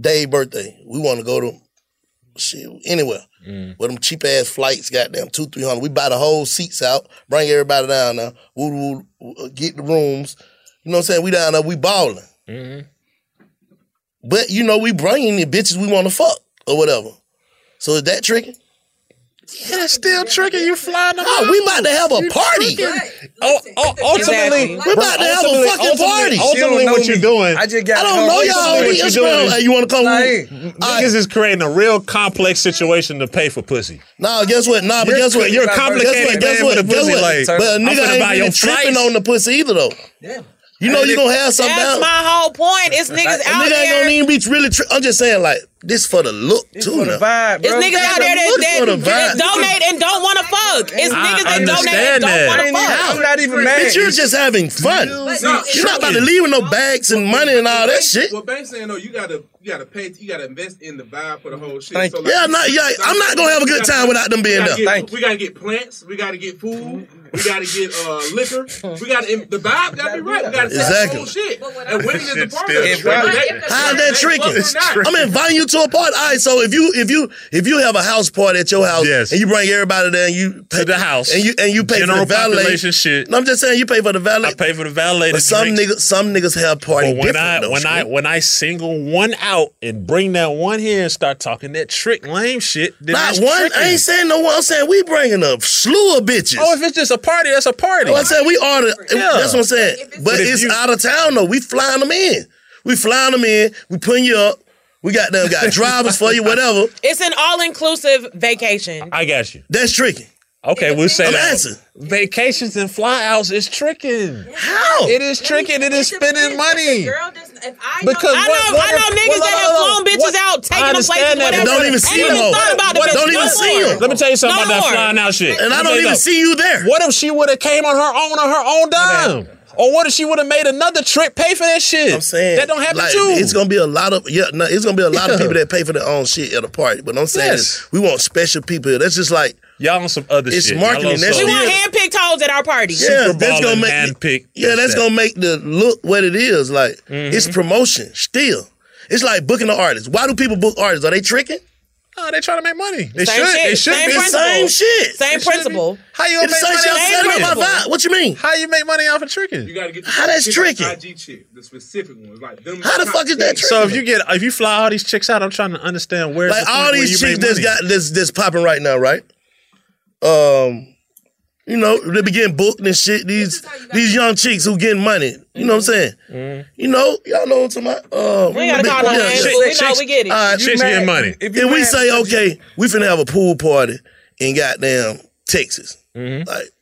S6: day birthday. We want to go to shit anywhere.
S3: Mm.
S6: With them cheap ass flights, goddamn two three hundred. We buy the whole seats out. Bring everybody down now. Woo woo. uh, Get the rooms. You know what I'm saying? We down there. We balling. But you know, we bringing the bitches we want to fuck or whatever. So is that tricking?
S3: Yeah, it's still tricking. You flying the
S6: Oh, we about to have a
S3: You
S6: party.
S3: tricking. Oh, oh, ultimately,
S6: Exactly. We about to have a
S3: ultimately-
S6: fucking
S3: ultimately-
S6: party.
S3: Ultimately,
S6: She don't
S3: what
S6: know
S3: you're
S6: me.
S3: doing?
S6: I just got I don't know y'all.
S3: Ultimately,
S6: We
S3: what you're
S6: just
S3: doing-
S6: around, like, you wanna come
S3: Nah,
S6: with me?
S3: hey, Niggas is creating a real complex situation to pay for pussy.
S6: Nah, guess what? Nah, but
S3: You're-
S6: guess what?
S3: you're a
S6: Guess
S3: complicated
S6: what?
S3: man
S6: Guess
S3: with
S6: what?
S3: a
S6: Guess
S3: pussy
S6: what?
S3: like,
S6: but a
S3: I'm
S6: nigga
S3: finna
S6: ain't
S3: buy
S6: really
S3: your
S6: tripping
S3: flights.
S6: on the pussy either though. You know you gonna have something
S5: That's
S6: else.
S5: my whole point. It's niggas
S6: a nigga
S5: out
S6: ain't
S5: there.
S6: gonna even be really. Tri- I'm just saying like this for the look too. For the
S8: vibe,
S5: It's niggas out there that,
S6: for the
S5: that, that
S6: vibe.
S5: donate and don't want to fuck. It's
S6: I
S5: niggas that donate
S6: understand
S5: and don't
S6: that.
S5: want
S6: I
S5: to
S6: ain't
S5: fuck.
S6: even- I'm not
S8: even
S6: Bitch, you're just having fun. You're not about to leave with no bags and money and all that shit.
S12: What Banks saying though, you gotta you gotta pay, you gotta invest in the vibe for the whole shit.
S6: Thank you. Yeah, I'm not- yeah, I'm not gonna have a good time without them being
S12: we gotta
S6: there.
S12: get-
S6: Thank
S12: we gotta get plants, we gotta get food, we gotta get uh, liquor, we gotta the vibe gotta be right. We gotta set the
S6: Exactly.
S12: whole shit. And women is a
S6: Shit's
S12: part
S6: still
S12: of it.
S6: tricking.
S12: uh, Whether they-
S6: How's
S12: whether
S6: that
S12: they
S6: tricking?
S12: fuck or not.
S6: I'm inviting you to a party. All right, so if you if you if you have a house party at your house and you bring everybody there and you
S3: to the house.
S6: And you and you pay
S3: General
S6: for the valet.
S3: population shit.
S6: No, I'm just saying you pay for the valet. I pay
S3: for the valet.
S6: But
S3: to
S6: some
S3: drink.
S6: niggas, some niggas have party
S3: But when
S6: different.
S3: I
S6: though,
S3: when I
S6: Scoop.
S3: when I single one out and bring that one here and start talking that trick lame shit, then
S6: Not
S3: that's
S6: one.
S3: tricking.
S6: I ain't saying no one. I'm saying we bringing a slew of bitches.
S3: Oh, if it's just a party, that's a party.
S6: Well, I'm saying we order.
S3: Yeah.
S6: That's what I'm saying. But,
S3: But if
S6: it's
S3: you-
S6: out of town though. We flying them in. We flying them in. We putting you up. We got them. Got drivers for you. Whatever.
S5: It's an all-inclusive vacation.
S3: I got you.
S6: That's tricky.
S3: Okay, we'll say
S6: I'm
S3: that.
S6: answering.
S3: Vacations and flyouts is tricking.
S6: How?
S3: It is tricking. It is spending money. Because
S5: I know, I know niggas that have blown bitches out, taking them places, whatever. Ain't even thought about the bitch no more.
S3: Let me tell you something
S5: No
S3: about
S5: more.
S3: that flying out shit.
S5: And I
S3: Let me
S5: don't
S3: tell
S5: even
S3: something.
S5: see
S6: you there.
S3: What if she would have came on her own on her own dime? Or what if she would have made another trip pay for that shit?
S6: I'm saying
S3: that don't happen
S6: like,
S3: too.
S6: It's gonna be a lot of yeah. No, it's gonna be a lot of
S3: Yeah.
S6: people that pay for their own shit at a party. But I'm saying
S3: Yes.
S6: is we want special people. That's just like
S3: y'all on some other.
S6: It's
S3: shit. Y'all
S6: marketing.
S3: on
S6: That's
S3: some-
S5: We want
S6: it.
S5: handpicked hoes at our party.
S6: Yeah, that's gonna make
S3: handpicked.
S6: Yeah, that's
S3: That's
S6: gonna make the look what it is. Like it's promotion. Still, it's like booking an artist. Why do people book artists? Are they tricking?
S3: No, they trying to make money. They
S6: Same
S3: should.
S6: shit.
S3: They should
S6: Same
S3: be
S6: principle. Same shit.
S5: Same
S3: They should be.
S5: principle.
S3: How you gonna
S6: It's
S3: make
S6: the same
S3: money?
S6: shit I'm
S3: off
S6: saying
S3: tricking?
S6: about my vibe. What you mean?
S3: How you make money off of tricking?
S7: You gotta get the
S3: How that's
S7: specific
S3: tricky?
S7: IG chick, the specific ones, like them.
S6: How the
S7: top
S6: fuck is that
S7: chicks.
S3: So if you get if you fly all these chicks out, I'm trying to understand where
S6: Like all these chicks that's got this that's popping right now, right? Um, you know they begin booked and shit. These these young chicks who getting money. You know what I'm saying? You know, y'all know what I'm talking about. Um,
S5: We ain't gotta call no names, but we know we get it.
S6: All right,
S5: Chicks getting money. If you
S6: Then we
S5: mad
S6: say, okay, we finna have a pool party in goddamn Texas.
S5: Mm-hmm.
S6: Like,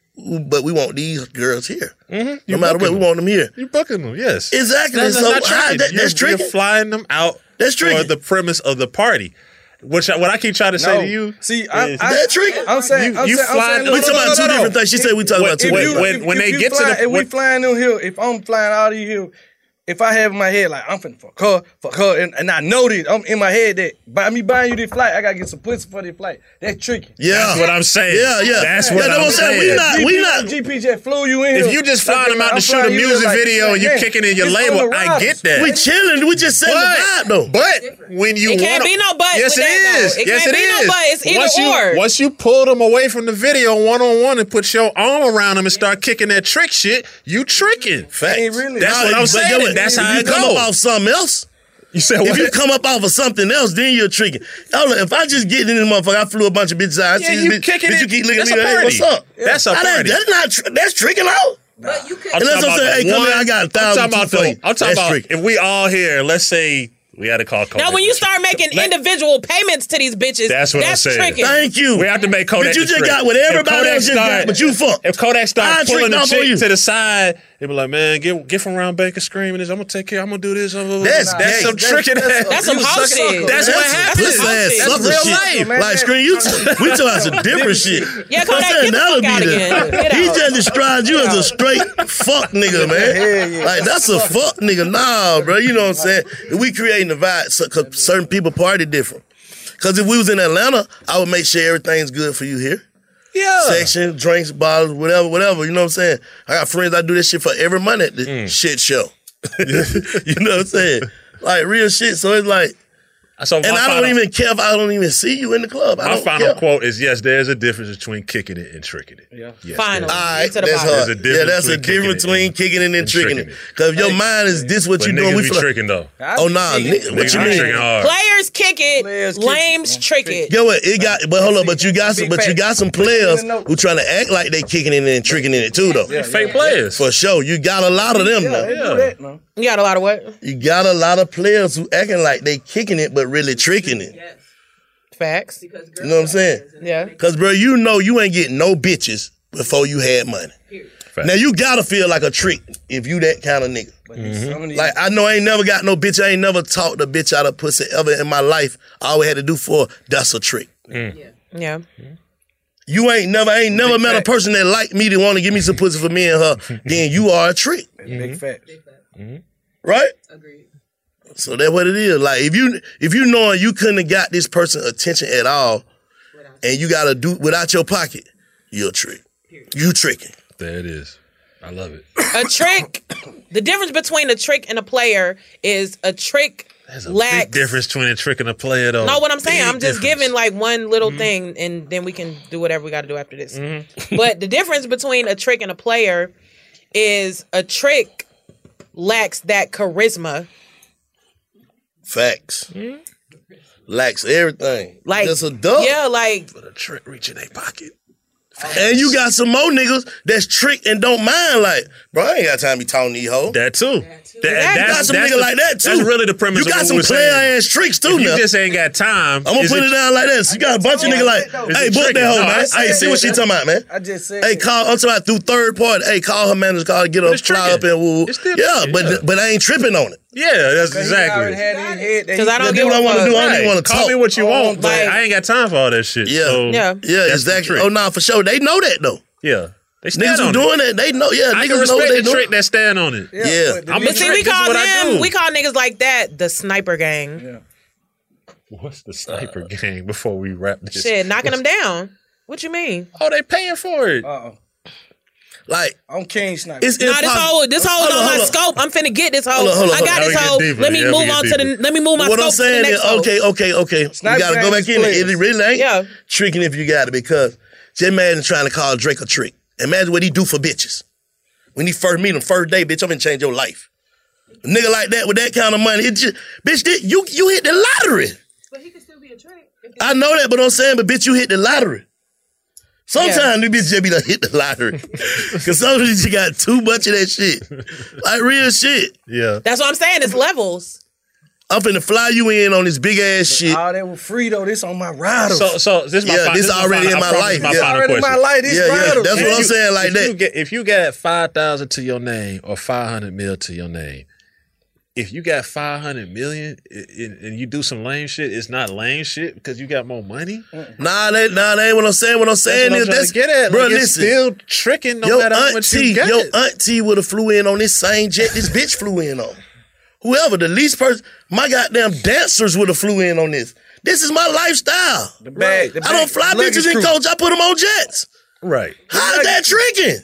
S6: but we want these girls here. No
S3: Mm-hmm. You
S6: matter what,
S3: booking
S6: we want them here.
S3: You're booking them, yes.
S6: Exactly.
S3: That's, that's
S6: So
S3: not
S6: how-
S3: tricking.
S6: that-
S3: you're,
S6: that's tricking.
S3: You're flying them out.
S6: That's
S3: For the premise of the party, which I, what I keep trying to say
S8: No.
S3: to you.
S8: See, I-
S3: is-
S8: I- That tricking? I'm saying-
S3: you,
S8: I'm
S3: you
S8: saying- I'm
S3: flying.
S8: saying- We talking about two different things. She said we talking
S3: When-
S8: about two
S3: when-
S8: different
S3: When,
S8: things.
S3: when
S8: If
S3: they
S8: you
S3: get
S8: fly,
S3: to the
S8: if we flying on here, if I'm flying out of here, if I have in my head like I'm finna fuck her, fuck her, and, and I know this, I'm in my head that by me buying you this flight, I gotta get some pussy for this flight. That's tricky.
S3: Yeah. That's what I'm saying.
S8: Yeah, yeah.
S3: That's what I'm saying.
S8: GP, GP just flew you in.
S3: If
S8: here.
S3: you just
S8: Like,
S3: flying them out
S8: I'm
S3: to shoot a
S8: flying you in,
S3: music
S8: like,
S3: video and you
S8: man,
S3: kicking in your
S8: it's on
S3: label,
S8: the
S3: I
S8: riders.
S3: get that.
S6: We chilling. We just setting
S3: But-
S6: the vibe though.
S3: But when you
S5: It can't
S3: wanna-
S5: be no but
S3: Yes,
S5: with
S3: it
S5: that, though.
S3: is.
S5: It
S3: yes,
S5: can't
S3: it
S5: be no
S3: is.
S5: but. It's either
S3: once you,
S5: or.
S3: Once you pull them away from the video one on one and put your arm around them and start kicking that trick shit, you tricking. Facts. That's
S6: Nah,
S3: what I'm
S6: but
S3: saying.
S6: get what?
S3: That's
S6: if
S3: how
S6: you
S3: it
S6: come
S3: goes.
S6: up off something else.
S3: You said
S6: If
S3: what?
S6: you come up off of something else, then you're tricking. I'm like, if I just get in this motherfucker, I flew a bunch of bitches out. I
S3: Yeah,
S6: see this
S3: you
S6: bitch,
S3: kicking
S6: bitch,
S3: it.
S6: you keep looking at
S3: That's
S6: me
S3: a
S6: like, hey,
S3: party.
S6: what's up?
S3: That's a
S6: I done-
S3: party.
S6: That's not, tr- that's tricking out.
S3: I'm
S6: Unless
S3: talking
S6: I'm saying,
S3: about
S6: hey, come
S3: one-
S6: here, I got a
S3: I'm
S6: thousand
S3: talking about
S6: two for
S3: the-
S6: you.
S3: I'm talking
S6: That's
S3: about
S6: tricking.
S3: if we all here, let's say we had to call Kodak.
S5: Now, when you start making individual payments to these bitches,
S3: That's what I'm saying.
S5: tricking.
S3: We have to make Kodak.
S6: But you
S3: the
S6: just
S3: trick.
S6: got what everybody
S3: If Kodak
S6: else just got,
S3: start-
S6: but you fucked.
S3: If Kodak
S6: I
S3: started pulling
S6: tricked
S3: the
S6: off on
S3: chick
S6: you.
S3: to the side, they'd be like, "Man, get get from around Baker screaming this. I'm gonna take care. I'm gonna do this. I'm gonna,
S6: That's gay.
S3: some
S6: That's-
S3: tricking.
S6: that's-
S3: ass-
S6: that's some
S3: you
S6: house
S3: sucker.
S6: shit.
S3: That's,
S6: That's
S3: what
S6: some
S3: happens.
S6: pussy ass
S3: That's
S6: sucker
S3: real
S6: shit.
S3: life.
S6: Man, Like, screen, you- we talking about some different shit.
S5: Yeah,
S6: I'm
S5: Kodak,
S6: saying
S5: get the
S6: that'll
S5: fuck
S6: be
S5: out
S6: the-
S5: again. Get
S6: He
S5: out.
S6: just described you as a straight fuck nigga, man. Like that's a fuck nigga. Nah, bro. You know what I'm saying? We creating the vibe. So, 'cause certain people party different. Cause if we was in Atlanta, I would make sure everything's good for you here.
S3: Yeah.
S6: Section, drinks, bottles, whatever, whatever. You know what I'm saying? I got friends I do this shit for every month at the shit show. you know what I'm saying? Like real shit. So it's like
S3: So
S6: and
S3: my
S6: I don't
S3: final-
S6: even care if I don't even see you in the club. I
S3: My
S6: don't
S3: final
S6: care.
S3: quote is yes. There's a difference between kicking it and tricking it. Yeah. Yes,
S6: All
S3: there's-
S6: right,
S3: there's
S6: that's hard.
S3: a
S6: yeah,
S3: difference
S6: that's a
S3: between kicking
S6: difference
S3: it
S6: between kicking it and tricking it. Cause if your mind is this what
S3: But
S6: you doing.
S3: niggas
S6: We
S3: be
S6: feel like-
S3: tricking, though.
S6: Oh nah, nigga, what
S3: Niggas
S6: you
S3: be
S6: mean?
S3: tricking hard.
S5: Players kick it, lames trick it.
S6: Yo, what? It got, but hold up, but you got some, but you got some players who trying to act like they kicking it and tricking in it too, though.
S3: Yeah, fake players
S6: for sure. You got a lot of them though.
S5: You got a lot of what?
S6: You got a lot of players who acting like they kicking it, but really tricking it.
S5: Facts.
S6: You know what I'm saying?
S5: Yeah.
S6: Cause bro, you know you ain't getting no bitches before you had money. Now you gotta feel like a trick if you that kind of nigga. Like I know I ain't never got no bitch. I ain't never talked a bitch out of pussy ever in my life. All I had to do for her, that's a trick.
S3: Mm.
S5: Yeah.
S6: You ain't never, I ain't never met a person that like me that want to give me some pussy for me and her. then you are a trick,
S8: Big facts.
S6: right? Agreed. So that's what it is. Like if you if you knowing you couldn't have got this person attention at all, and you gotta do without your pocket, you're a trick. You tricking.
S3: There it is. I love it.
S5: A trick. The difference between a trick and a player is a trick
S3: There's a
S5: lack
S3: big difference between a trick and a player, though.
S5: No, what I'm saying,
S3: Big
S5: I'm just
S3: difference.
S5: giving like one little
S3: Mm-hmm.
S5: thing, and then we can do whatever we got to do after this. but the difference between a trick and a player is a trick lacks that charisma.
S6: Facts. Lacks everything. Like just a duck.
S5: Yeah, like
S3: but a trick reaching their pocket.
S6: And you got some more niggas that's tricked and don't mind. Like, bro, I ain't got time to be talking to these hoes.
S3: That too. That,
S6: you got some nigga
S3: the-
S6: like that too.
S3: That's really the premise.
S6: You got
S3: of what
S6: some
S3: we're
S6: player
S3: saying.
S6: ass tricks too.
S3: If
S6: now.
S3: you just ain't got
S6: I'm
S3: time.
S6: gonna
S3: is
S6: put
S3: it-
S6: it down like this. You got a bunch of niggas like,
S3: Is
S6: hey,
S3: it
S6: book
S3: tricking?
S6: that hoe,
S3: No,
S6: man.
S3: I
S6: Hey,
S3: said
S6: see what she
S3: that.
S6: talking about, man.
S8: I just said
S6: Hey, call. I'm talking about through third party. Hey, call her manager. Call her, get her fly up and woo. Yeah, but but I ain't tripping on it.
S3: Yeah, that's
S6: But he
S3: exactly.
S6: already
S5: Because I don't
S6: do
S5: give
S6: what
S5: a
S6: I want to
S5: fuck.
S6: do. I don't even want to
S3: Call
S6: talk.
S3: me what you want, but
S6: like-
S3: I ain't got time for all that shit.
S6: Yeah,
S3: So
S6: yeah, yeah,
S3: that's the
S6: exactly.
S3: trick.
S6: Oh, nah, for sure. They know that though.
S3: Yeah. They
S6: Niggas
S3: stand
S6: who
S3: on
S6: doing
S3: it.
S6: that, they know. Yeah,
S3: I
S6: niggas
S3: can
S6: know
S3: respect
S6: they
S3: the
S6: know.
S3: trick that stand on it.
S6: Yeah.
S3: I'm
S5: But see, we
S3: this is
S5: call
S3: what I
S5: them,
S3: do.
S5: we call niggas like that the sniper gang.
S3: What's the sniper
S6: Uh,
S3: game before we wrap this?
S5: Shit, knocking
S3: What's-
S5: them down. What you mean?
S3: Oh, they paying for it.
S8: Uh-oh.
S6: Like
S8: Uh-uh. I'm king sniper.
S5: It's nah, this whole this whole
S8: Hold
S5: on,
S8: on,
S5: my
S8: hold on.
S5: scope. I'm finna get this whole.
S6: Hold on, hold on,
S5: I
S6: hold
S5: got
S6: on.
S5: this
S6: Now we get
S5: whole.
S6: deeper.
S5: Let me
S6: Now we
S5: move
S6: get
S5: on to the.
S6: deeper.
S5: Let me move my
S6: What I'm
S5: scope to
S6: saying
S5: the
S6: is,
S5: next hole.
S6: okay, okay, okay.
S5: Sniper
S6: you gotta go
S5: game
S6: back
S5: is
S6: in.
S5: players.
S6: It It really ain't tricking if you got it because just imagine trying to call Drake a trick. Imagine what he do for bitches. When he first meet him, first day, bitch, I'm gonna change your life. A nigga like that with that kind of money, it just, bitch, that- you you hit the lottery. I know that, but I'm saying, but bitch, you hit the lottery. Sometimes you bitches just be like hit the lottery. Cause sometimes you got too much of that shit. Like real shit.
S3: Yeah.
S5: That's what I'm saying. It's levels.
S6: I'm finna fly you in on this big ass shit.
S8: All that with free though. This on my rider.
S3: So, so this is my
S6: Yeah,
S3: fi-
S6: this
S3: is
S6: already
S3: final-
S6: in my
S3: I promise
S6: life.
S3: My
S6: Yeah.
S3: final
S6: Already in my
S3: question.
S6: life, this Yeah, yeah, final. that's
S3: If
S6: what I'm
S3: you-
S6: saying, like
S3: if
S6: that.
S3: You get, if you got five thousand to your name or five hundred mil to your name, if you got five hundred million i- i- and you do some lame shit, it's not lame shit because you got more money.
S6: Nah, that nah, that ain't what I'm saying. What I'm saying
S3: what
S6: is
S3: I'm trying
S6: that's
S3: to get at.
S6: Bro,
S3: Like, it's
S6: listen,
S3: still tricking no
S6: your
S3: matter how much you
S6: auntie,
S3: get.
S6: your auntie would have flew in on this same jet this bitch flew in on. Whoever the least person, my goddamn dancers would have flew in on this. This is my lifestyle.
S8: The bag, the
S6: I don't
S8: bag-
S6: fly
S8: luggage
S6: bitches in
S8: crew.
S6: coach. I put them on jets.
S3: Right.
S6: How's that tricking?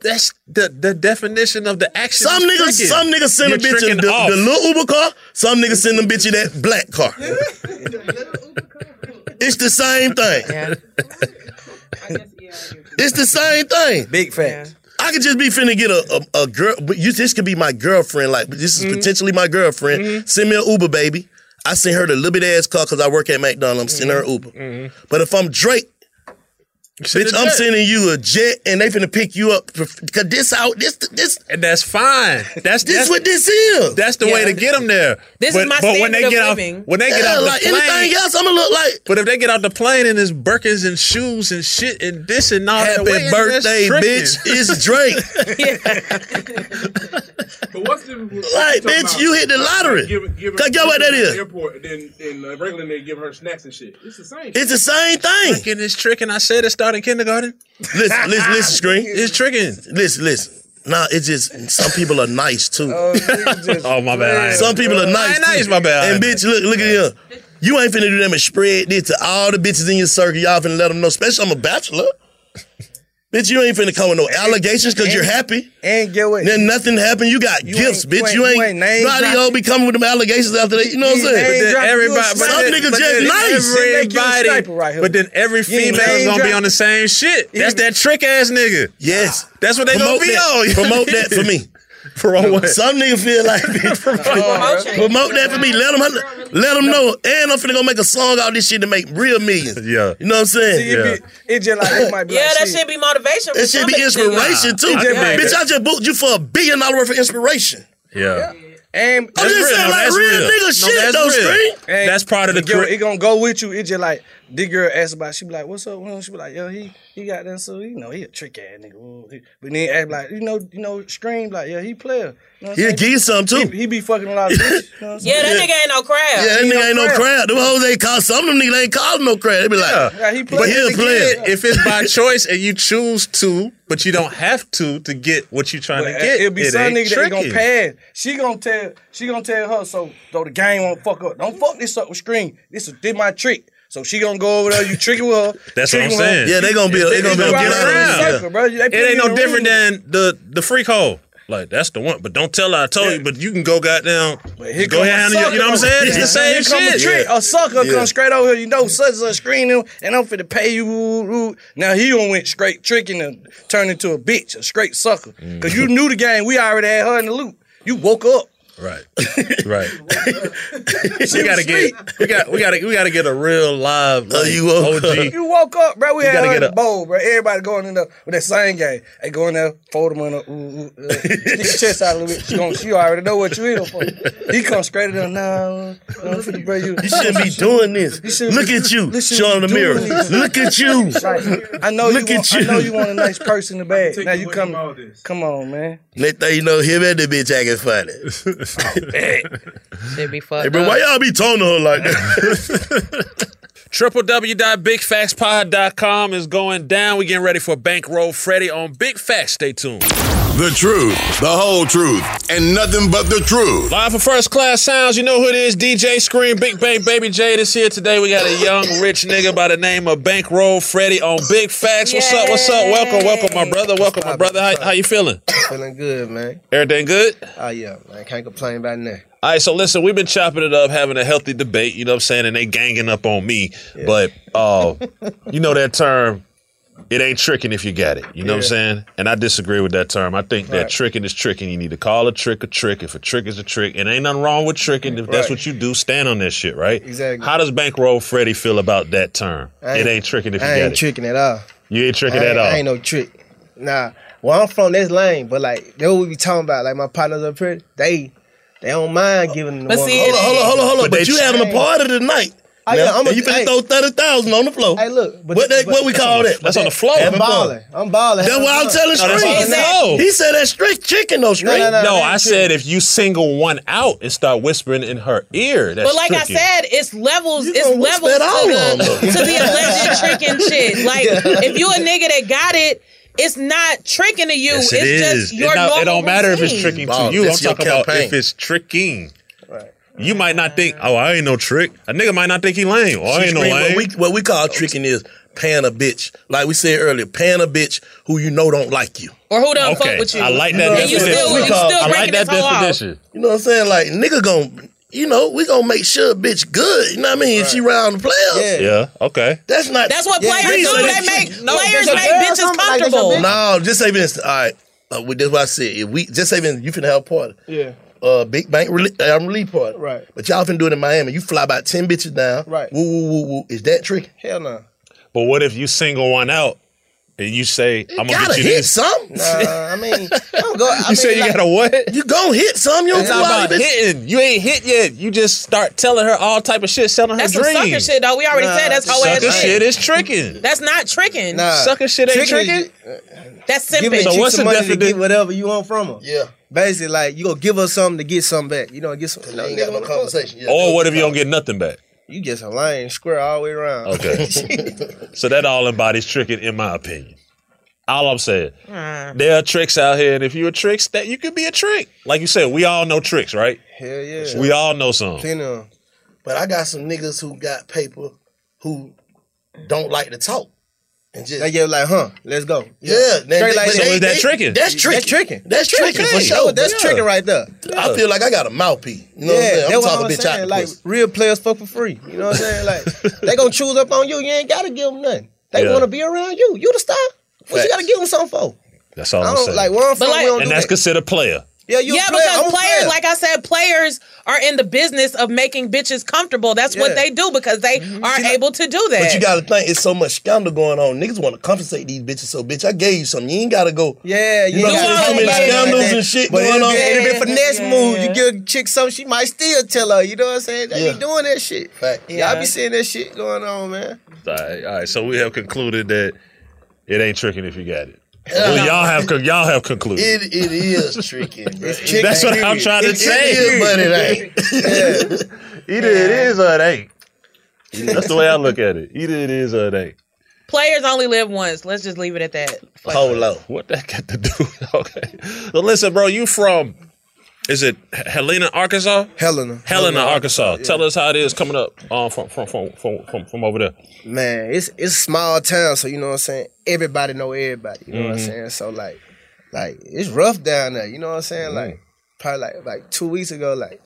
S3: That's the the definition of the action.
S6: Some
S3: is
S6: niggas,
S3: tricking.
S6: some niggas send a
S3: You're
S6: bitch in
S3: tricking
S6: the,
S3: off.
S6: the little Uber car. Some niggas send them bitch in that black car. it's the same thing. it's the same thing.
S8: Big facts.
S6: I could just be finna get a a, a girl. But you, this could be my girlfriend. Like this
S3: Mm-hmm.
S6: is potentially my girlfriend. Send me an Uber, baby. I send her the little bit ass car because I work at McDonald's. I'm sending
S3: Mm-hmm.
S6: her Uber. But if I'm Drake,
S3: send
S6: bitch,
S3: a
S6: I'm
S3: jet.
S6: sending you a jet, and they finna pick you up for- cause this out this this.
S3: And that's fine. That's
S6: This
S3: that's,
S6: what this is.
S3: That's the way to get them there.
S6: This is
S3: but,
S6: my
S3: but when
S6: standard
S3: they
S6: of
S3: get
S6: living.
S3: off when they get
S6: Yeah,
S3: off the
S6: like
S3: plane,
S6: anything else, I'ma look like.
S3: But if they get off the plane and it's Birkins and shoes and shit and this and all
S6: Happy
S3: that, wait, that's
S6: birthday,
S3: tricking.
S6: bitch! It's Drake.
S7: But what's the
S6: Like,
S7: talking
S6: bitch,
S7: about-
S6: you hit the lottery.
S7: Give, give her-
S6: Cause guess what that
S7: at the
S6: is?
S7: Airport, and then and uh, regular they give her snacks and shit. It's the same.
S6: It's the same thing.
S3: Tricking is tricking. I said it started in kindergarten.
S6: Listen, listen, listen, screen.
S3: It's tricking.
S6: Listen, listen. Nah, it's just some people are nice too.
S3: oh my bad. I ain't-
S6: Some people are nice.
S3: I ain't nice,
S6: too.
S3: my bad. I
S6: And
S3: ain't
S6: bitch, look, look at him. You ain't finna do them and spread this to all the bitches in your circle. Y'all finna let them know. Especially, I'm a bachelor. bitch, you ain't finna come with no allegations because you're happy.
S8: And get what?
S6: Then nothing happened. You got gifts, bitch. You ain't.
S8: name
S6: Nobody
S8: dropping.
S6: hoe be coming with them allegations after they. You know what I'm
S8: You
S6: saying?
S8: name But then dropping, you a everybody- but
S6: some
S8: then-
S6: niggas
S8: but
S6: just
S8: then
S6: nice.
S8: everybody- sniper right here.
S3: but then every
S8: You ain't
S3: female is
S8: name
S3: gonna be
S8: dropping.
S3: on the same shit. That's that trick ass nigga.
S6: Yes,
S3: that's what they
S6: Promote
S3: gonna be
S6: that.
S3: on.
S6: Promote that for me.
S3: Promote what?
S6: Some nigga feel like bitch, promote, that for me. Let them let them know. And I'm finna go make a song out of this shit to make real millions.
S3: Yeah.
S6: You know what I'm saying?
S8: See, it be- it just like it might be.
S5: Yeah,
S8: like
S5: that
S8: shit.
S5: should be motivation. for
S6: It should be
S5: somebody.
S6: inspiration too.
S8: It just might
S6: Bitch,
S8: be.
S6: I just booked you for a billion dollar worth of inspiration.
S3: Yeah.
S8: And
S6: I'm just saying, like real, nigga shit though, Screen.
S3: That's part of the
S8: girl.
S3: trick.
S8: It gonna go with you. It just like the girl asked about. it. She be like, "What's up?" with him?" She be like, "Yo, he he got that. So you know he a trick ass nigga." Ooh, he- But then act like you know you know scream like, "Yeah, he player." You know what I'm
S6: He'll
S8: saying?
S6: give you something too.
S8: He, he be fucking a lot of bitches. You know what I'm
S5: Yeah,
S8: saying?
S5: that nigga ain't no crowd.
S6: Yeah, that
S8: He
S6: nigga
S8: no
S6: ain't no
S8: crap.
S6: crap. Them hoes ain't call some of them niggas ain't calling no crap. They be like,
S3: Yeah.
S8: he
S6: but he a
S3: But
S6: player.
S3: again, if it's by choice and you choose to, but you don't have to to get what you're trying to
S8: But uh,
S3: get,
S8: It'll be
S3: it
S8: some
S3: ain't
S8: nigga that gonna
S3: tricking.
S8: pass. She gonna tell. She gonna tell her. So though the game won't fuck up. Don't fuck this up with screen. This is did my trick. So she gonna go over there. You tricking with her.
S3: That's what I'm
S8: tricking with her.
S3: saying.
S6: Yeah, they gonna be- they
S8: You
S6: gonna be
S8: go
S6: a
S8: out
S6: get out
S8: around
S6: of
S8: the
S6: it,
S8: circle, bro. They put
S3: It
S8: you
S3: ain't
S8: in
S3: no
S8: a
S3: different
S8: ring.
S3: than the the freak hole. Like that's the one, but don't tell her I told you. But you can go goddamn.
S8: Here
S3: go
S8: come a
S3: handle your, you know what I'm
S8: sucker.
S3: saying? It's the
S8: Here
S3: same
S8: come
S3: shit.
S8: A, trick. a sucker
S3: Yeah.
S8: comes straight over here. You know, such a screening, and I'm finna pay you. woo, woo. Now he done went straight tricking and turned into a bitch, a straight sucker. Cause
S3: Mm.
S8: you knew the game. We already had her in the loop. You woke up.
S3: Right. Right. we gotta get we got we gotta we gotta get a real live like, OG.
S8: Oh, You woke up, bro. We
S3: You
S8: had
S3: gotta
S8: her in
S3: get
S8: the
S3: a-
S8: bowl, bro. Everybody going in there with that same game. They go in there, fold them on up, ooh, ooh, uh, stick your chest out a little bit. She, gonna, she already know what you in there for. He comes straight in there. Nah, uh, I'm finna bring you.
S6: You shouldn't be doing this. Look at you, showing the mirror. Look at you.
S8: I know
S6: Look
S8: you.
S6: at
S8: Want, I know
S6: you.
S8: you want a nice purse in the bag. Now you come. Come on, man.
S6: Next thing you know, him and the bitch acting funny.
S5: Should be fucked
S6: hey, bro,
S5: up.
S6: why y'all be talking to her like that?
S3: www.bigfaxpod.com is going down. we getting ready for Bankroll Freddy on Big Facts. Stay tuned.
S4: The truth, the whole truth, and nothing but the truth.
S3: Live for First Class Sounds, you know who it is. DJ Scream, Big Bang Baby J is here today. We got a young, rich nigga by the name of Bankroll Freddy on Big Facts. What's up? What's up? Welcome, welcome, my brother. Welcome, my brother. How, how you feeling?
S13: Feeling good, man.
S3: Everything good?
S13: Oh yeah, man. Can't complain about nothing.
S3: All right, so listen, we've been chopping it up, having a healthy debate, you know what I'm saying, and they ganging up on me. But uh, you know that term, it ain't tricking if you got it. You know what I'm
S14: Yeah.
S3: saying? And I disagree with that term. I think that
S14: Right.
S3: tricking is tricking. You need to call a trick a trick if a trick is a trick. And ain't nothing wrong with tricking. If that's
S13: Right.
S3: what you do, stand on that shit, right?
S13: Exactly.
S3: How does Bankroll Freddy feel about that term?
S13: I
S3: It ain't tricking if you
S13: I
S3: got
S13: ain't
S3: it.
S13: tricking at all.
S3: you ain't tricking
S13: I
S3: at all.
S13: I ain't no trick. Nah. Well, I'm from this lane, but like they what we be talking about. Like my partners up here, they they don't mind giving. the
S6: But
S13: one-
S6: see, Hold it on, hold on, ain't- hold on, hold on, but you having a party tonight.
S13: I,
S6: Now,
S13: Oh, yeah, I'm a,
S6: and you finna
S13: hey,
S6: throw thirty thousand on the floor.
S13: Hey, look, but,
S6: what, that, what we call that?
S13: I'm
S6: Having fun.
S13: balling. I'm balling.
S6: Oh, That's what I'm telling
S3: No, that's
S6: Street.
S3: on the floor.
S6: He said that's straight chicken though. Straight.
S3: no, I said if you single one out and start whispering in her ear, that's
S5: but like
S3: tricking.
S5: I said, it's levels. It's
S6: gonna whisper
S5: levels
S6: it all
S5: to
S6: on
S5: the,
S6: them.
S5: to the alleged tricking shit. Like
S3: Yeah.
S5: if you a nigga that got it, it's not tricking to you. it's
S3: Yes, it is.
S5: just your
S3: it, don't,
S5: normal
S3: it don't matter if it's
S5: routine.
S3: tricking
S14: Ball,
S3: to you. I'm
S14: that's your
S3: talking about
S14: campaign.
S3: if it's tricking. You might not think, oh, I ain't no trick. A nigga might not think he lame. Oh, I
S6: She
S3: ain't no
S6: screamed,
S3: lame.
S6: What we, what we call tricking is paying a bitch. Like we said earlier, paying a bitch who you know don't like you.
S5: Or who
S3: done fuck Okay, with you. I like that
S6: what I'm
S3: definition.
S6: saying?
S3: You
S6: We
S3: still-
S6: call-
S3: you still I like breaking that his hoe out. definition.
S6: You know what I'm saying? Like nigga gon' you know, we gonna make sure a bitch good. You know what I mean? If she round the playoffs.
S3: yeah, okay.
S6: That's not
S5: That's what players do. They make- No, players
S6: that's
S5: make
S6: your
S5: bitches
S6: girl. Like, that's your
S5: comfortable.
S6: bitch. No, just say this. All right. Uh, we- that's what I said. If we just say this, you finna have a party.
S13: Yeah.
S6: Uh, big bank rel- uh, relief party. Right. But y'all finna do it in Miami. You fly about ten bitches down. Right. Woo woo woo woo. Is that tricky?
S13: Hell no.
S3: But what if you single one out and you say, I'm gonna
S6: gotta
S3: get you
S6: hit
S3: this?
S6: something.
S13: Nah, I mean, I'm go, I
S3: you
S13: mean,
S3: say you
S13: like,
S3: gotta what?
S6: You gonna hit some? You
S3: it's
S6: don't
S3: not
S6: go out,
S3: about
S6: bitch.
S3: hitting. You ain't hit yet. You just start telling her all type of shit, selling
S5: That's
S3: her
S5: some
S3: dreams.
S5: sucker shit though. We already said that's hoe ass
S3: sucker
S5: shit.
S3: shit is tricking.
S5: That's not tricking.
S13: Nah.
S3: Sucker shit ain't
S13: Tricking is uh,
S3: tricking.
S5: That's
S13: giving
S5: simping.
S13: so what's the money to get whatever you want from her. Yeah. Basically, like you gonna give her something to get something back. You know, get some. Oh, No,
S6: ain't
S13: nigga
S6: got no
S13: wanna fuck.
S6: conversation.
S3: Or what if you don't get nothing back?
S13: You just a lame square all the way around.
S3: Okay. so that all embodies tricking, in my opinion. All I'm saying,
S13: Mm.
S3: there are tricks out here, and if you're a trick, that you could be a trick. Like you said, we all know tricks, right?
S13: Hell yeah.
S3: We all know some.
S6: But I got some niggas who got paper who don't like to talk. And just
S13: They get like, huh, let's go.
S6: Yeah, they- they- but they- So is that they- tricking? that's tricking.
S13: That's tricking.
S6: That's tricking for
S13: Okay.
S6: sure.
S13: That's
S6: Yeah.
S13: tricking right there.
S6: I feel like I got a mouthpiece. You know what I'm saying? I'm
S13: that's
S6: talking bitch out the
S13: Like
S6: pussy.
S13: real players fuck for free. You know what I'm saying? Like they gonna choose up on you. You ain't gotta give them nothing. They
S3: Yeah.
S13: want to be around you. You the star. What you
S3: Facts.
S13: gotta give them something for?
S3: That's all
S13: I
S3: I'm
S13: don't-
S3: saying.
S13: like, where I'm from, we don't
S3: and
S13: do
S3: that's
S13: that.
S3: considered player.
S13: Yeah, you a
S5: yeah,
S13: player. I'm a
S5: because players,
S13: player.
S5: like I said, players are in the business of making bitches comfortable. That's
S6: Yeah.
S5: what they do because they
S13: Mm-hmm.
S5: are able to do that.
S6: But you gotta think it's so much scandal going on. Niggas wanna compensate these bitches. So bitch, I gave you something. You ain't gotta go.
S13: Yeah, you,
S6: You know,
S13: ain't gotta
S6: so
S13: do
S6: many
S13: nothing
S6: scandals
S13: that.
S6: and shit
S13: but
S6: going
S13: it'll
S6: on.
S13: Be, it'll be a
S6: Yeah,
S13: finesse
S6: yeah,
S13: move.
S6: yeah.
S13: You give a chick something, she might still tell her. You know what I'm saying? They
S6: Yeah.
S13: be doing that shit. Yeah, I
S6: Yeah.
S13: be seeing that shit going on, man.
S3: All right, all right. So we have concluded that it ain't tricking if you got it. Well, y'all have con- y'all have concluded.
S6: It it is tricky.
S3: That's what I'm trying to say.
S6: but it ain't.
S3: Either it is or it ain't. That's the way I look at it. Either it is or it ain't.
S5: players only live once. Let's just leave it at that.
S3: Oh,
S5: Fuck it.
S3: Polo. What that got to do? okay. So listen, bro, you from is it H- Helena, Arkansas?
S13: Helena.
S3: Helena,
S13: Helena,
S3: Arkansas.
S13: yeah.
S3: Tell us how it is coming up um, from, from, from, from, from, from over there.
S6: Mm-hmm.
S13: Man, it's it's a small town, so you know what I'm saying. Everybody know everybody. You know what I'm
S3: Mhm.
S13: saying. So like, like it's rough down there. You know what I'm saying?
S6: Mm-hmm.
S13: Like probably like like two weeks ago, like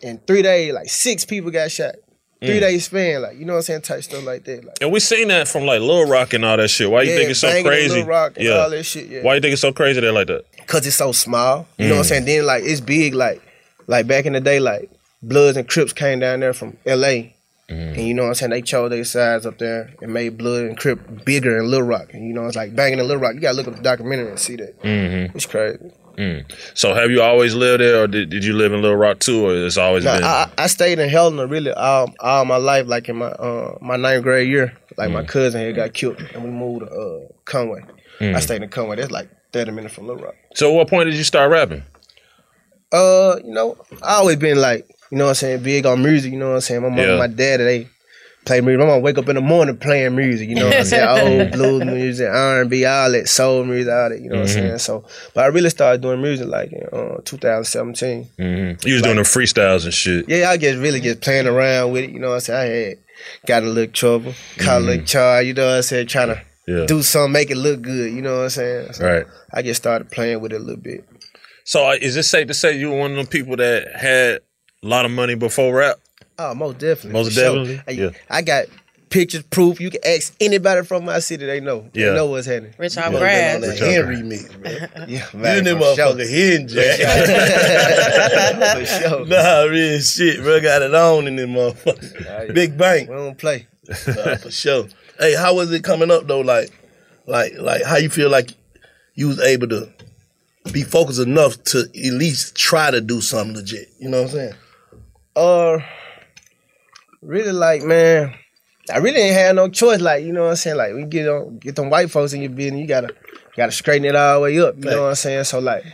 S13: in three days, like six people got shot. Three
S3: Mm.
S13: days span, like you know what I'm saying, type stuff like that. Like,
S3: And we seen that from like Lil Rock and all that shit. Why you
S13: Yeah,
S3: think it's so
S13: Bangin' and
S3: crazy?
S13: Lil Rock and all that shit, yeah.
S3: Why you think it's so crazy there like that?
S13: cause it's so small. You know what I'm
S3: Mm.
S13: saying? Then like it's big, like like back in the day, like Bloods and Crips came down there from LA.
S3: Mm.
S13: And you know what I'm saying? They chose their sides up there and made Blood and Crip bigger in Little Rock. And you know, it's like banging in Little Rock. You gotta look up the documentary and see that.
S3: Mm-hmm.
S13: It's crazy.
S3: Mm. So have you always lived there, or did, did you live in Little Rock too, or it's always
S13: Nah,
S3: been?
S13: I, I I stayed in Helena really all, all my life, like in my uh, my ninth grade year. Like my cousin here got killed and we moved to uh, Conway. I
S3: Mm.
S13: stayed in Conway. That's like 30 minutes from Little Rock.
S3: so at what point did you start rapping?
S13: Uh, you know, I always been like, you know what I'm saying, big on music, you know what I'm saying? My mom
S3: Yeah.
S13: and my dad, they play music. My mom wake up in the morning playing music, you know what I'm saying? Old blues music, R&B, all that, soul music, all that, you know what I'm
S3: Mhm.
S13: saying? So, but I really started doing music like in uh, 2017.
S3: Mm-hmm. You was doing them freestyles and shit.
S13: Yeah, I just really just playing around with it, you know what I'm saying? I had got in a little trouble, caught a little charge, you know what I'm saying? Trying to
S3: Mm-hmm. Yeah.
S13: do something, make it look good, you know what I'm saying? So
S3: Right.
S13: I just started playing with it a little bit.
S3: So uh, is it safe to say you were one of them people that had a lot of money before rap?
S13: Oh, most definitely.
S3: Most
S13: for sure.
S3: definitely.
S13: Hey,
S3: Yeah.
S13: I got pictures, proof. You can ask anybody from my city, they know.
S3: Yeah.
S13: They know what's happening.
S5: Rich
S13: Yeah.
S5: Hop Brad.
S13: They know
S6: Rich
S13: that
S6: Hop
S13: Henry
S6: Brad.
S13: mix, man. yeah,
S6: You
S13: man,
S6: and them
S13: for sure.
S6: motherfucker hidden, Jack.
S13: For sure.
S6: Nah, real shit, bro. Got it on in this motherfucker.
S13: Right.
S6: Big bank.
S13: We don't play.
S6: Nah, for sure. Hey, how was it coming up though? Like, like, like, how you feel like you was able to be focused enough to at least try to do something legit? You know what I'm saying?
S13: Uh, really, like, man, I really ain't had no choice. Like, you know what I'm saying? Like, we get on, get them white folks in your business, you gotta, gotta straighten it all the way up. You know what I'm saying? So, like,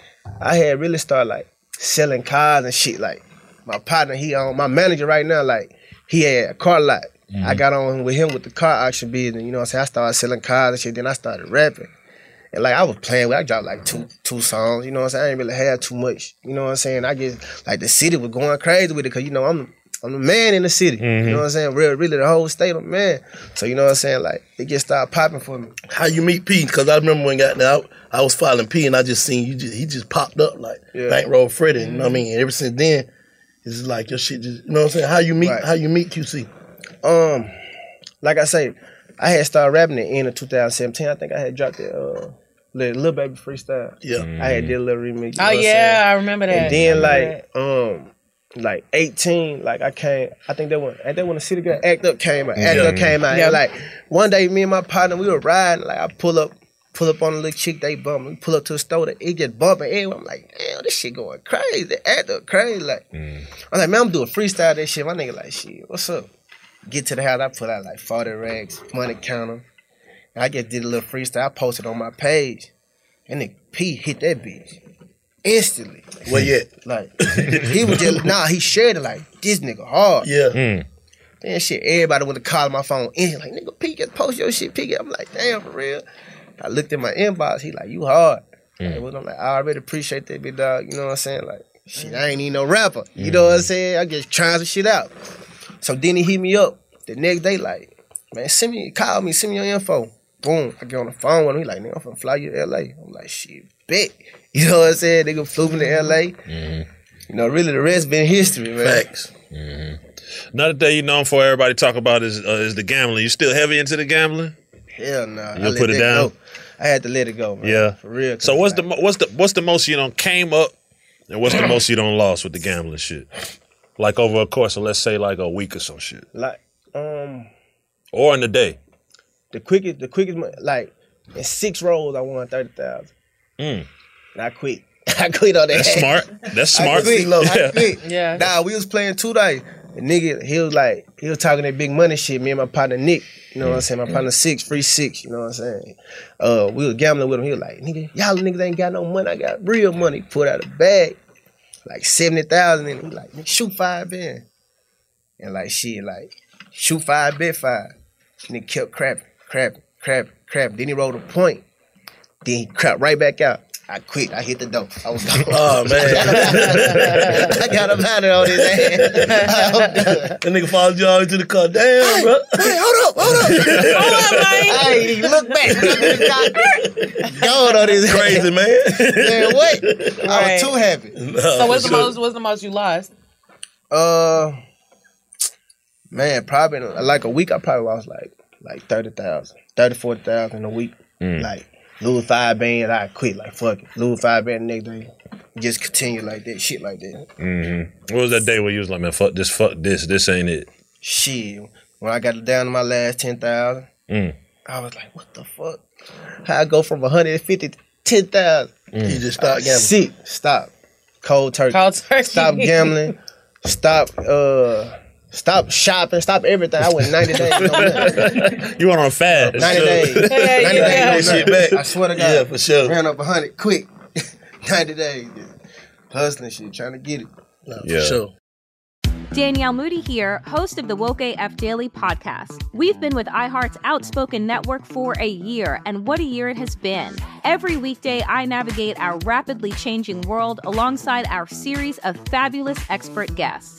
S13: I had really started like selling cars and shit. Like, my partner, he on my manager right now. Like, he had a car lot. I got on with him with the car auction business. You know what I'm saying? I started selling cars and shit. Then I started rapping. And like I was playing with, I dropped like two two songs. You know what I'm saying? I ain't really had too much. You know what I'm saying? I just like the city was going crazy with it because you know I'm I'm the man in the city. You know what I'm saying? Real, really the whole state of man. So you know what I'm saying? Like it just started popping for me.
S6: How you meet P? Because I remember when got now, I was following P, and I just seen you. Just, he just popped up like
S13: Yeah. Mm-hmm.
S6: bankroll Freddy. You know what I mean? And ever since then, it's just like your shit. Just you know what I'm saying? How you meet? How you meet QC?
S13: Um, like I say, I had started rapping at the end of 2017. I think I had dropped the uh little, little baby freestyle.
S6: Yeah,
S13: I had did a little remix. you know
S5: Oh
S13: what I'm
S5: yeah,
S13: saying?
S5: I remember that.
S13: And
S5: I
S13: then
S5: remember
S13: like um like 18, like I came, I think that when that when the city got act up came out. Act
S5: Yeah.
S13: up came out.
S5: Yeah.
S13: And like one day me and my partner, we were riding, like I pull up, pull up on a little chick, they bump. We pull up to the store, they- it just bumping everywhere. I'm like, damn, this shit going crazy. Act up crazy. Like I'm like, man, I'm doing freestyle that shit. My nigga like, shit, what's up? Get to the house, I put out like 40 racks, money counter. And I just did a little freestyle. I posted on my page. And then P hit that bitch instantly.
S6: Well, yeah.
S13: Like he was just nah. He shared it like this nigga hard.
S6: Yeah.
S3: Mm.
S13: Then shit, everybody went to call my phone. And like nigga, P just post your shit. P, I'm like damn for real. I looked in my inbox. He like you hard. Like, well, I'm like I already appreciate that big dog. You know what I'm saying? Like shit, I ain't even no rapper. You know what I'm saying? I just trying some shit out. So then he hit me up the next day. Like man, send me call me, send me your info. Boom, I get on the phone with him. He like nigga, I'm finna fly you to L.A. I'm like shit, bet. You know what I'm saying? Nigga flew me to L.A. You know, really, the rest been history, man.
S6: Facts.
S3: Another thing you known for everybody talk about is uh, is the gambling. You still heavy into the gambling?
S13: Hell no. I
S3: You'll
S13: let
S3: put
S13: that
S3: it down?
S13: Go. I had to let it go, man.
S3: Yeah,
S13: for real.
S3: So what's the mo- what's the what's the most you don't came up, and what's the most you don't lost with the gambling shit? Like over a course of let's say like a week or some shit,
S13: Like, um,
S3: or in a day.
S13: the quickest, the quickest, mo- like in six rolls, I won thirty thousand,
S3: Mm.
S13: and I quit. I quit on that.
S3: That's smart. That's
S13: I
S3: smart.
S13: quit, look, I
S3: Yeah.
S13: quit. Nah, we was playing two days. The nigga, he was like, he was talking that big money shit. Me and my partner Nick, you know
S3: Mm.
S13: what I'm saying? My partner Six, free Six, you know what I'm saying? Uh, we was gambling with him. He was like, nigga, y'all niggas ain't got no money. I got real money. Put out a bag, like seventy thousand, and he like, "Nigga, shoot five in, and like shit, like shoot five, bet five. And he kept crapping, crapping, crapping, crapping. Then he rolled a point. Then he crapped right back out. I quit. I hit the door. I was gone.
S6: Oh, man.
S13: I got up out of all this ass. I'm done.
S6: That nigga followed you all into the car. Damn, bro.
S13: hold up, hold up. Hey, look back. God on his
S6: Crazy, man.
S13: Man, what? I
S5: Right.
S13: was too happy.
S6: No,
S5: so what's the
S13: sure.
S5: most? What's the most you lost?
S13: Uh, man, probably in like a week. I probably lost like like 30,000, 30, 40,000 a week.
S6: Mm.
S13: Like lose five bands, I quit. Like fuck it, lose five band the next day. Just continue like that, shit like that.
S3: Mm-hmm. What was that day where you was like, man, fuck this, fuck this, this ain't it?
S13: Shit, when I got down to my last ten thousand,
S3: Mm.
S13: I was like, what the fuck? How I go from one hundred and fifty to ten thousand?
S6: Mm. You just start gambling.
S13: Sick. Stop. Cold turkey.
S5: Cold turkey.
S13: Stop gambling. Stop. Uh. Stop shopping. Stop everything. I went ninety days. no nothing.
S3: You went on fast.
S13: 90 days. 90 days.
S6: That
S13: no
S6: shit
S13: nothing.
S6: back.
S13: I swear to God.
S6: Yeah, for sure.
S13: Ran up 100 quick. 90 days. yeah. Hustling shit, trying to get it.
S6: Yeah. sure.
S1: Danielle Moody here, host of the Woke AF Daily podcast. We've been with iHeart's Outspoken Network for a year, and what a year it has been. Every weekday, I navigate our rapidly changing world alongside our series of fabulous expert guests.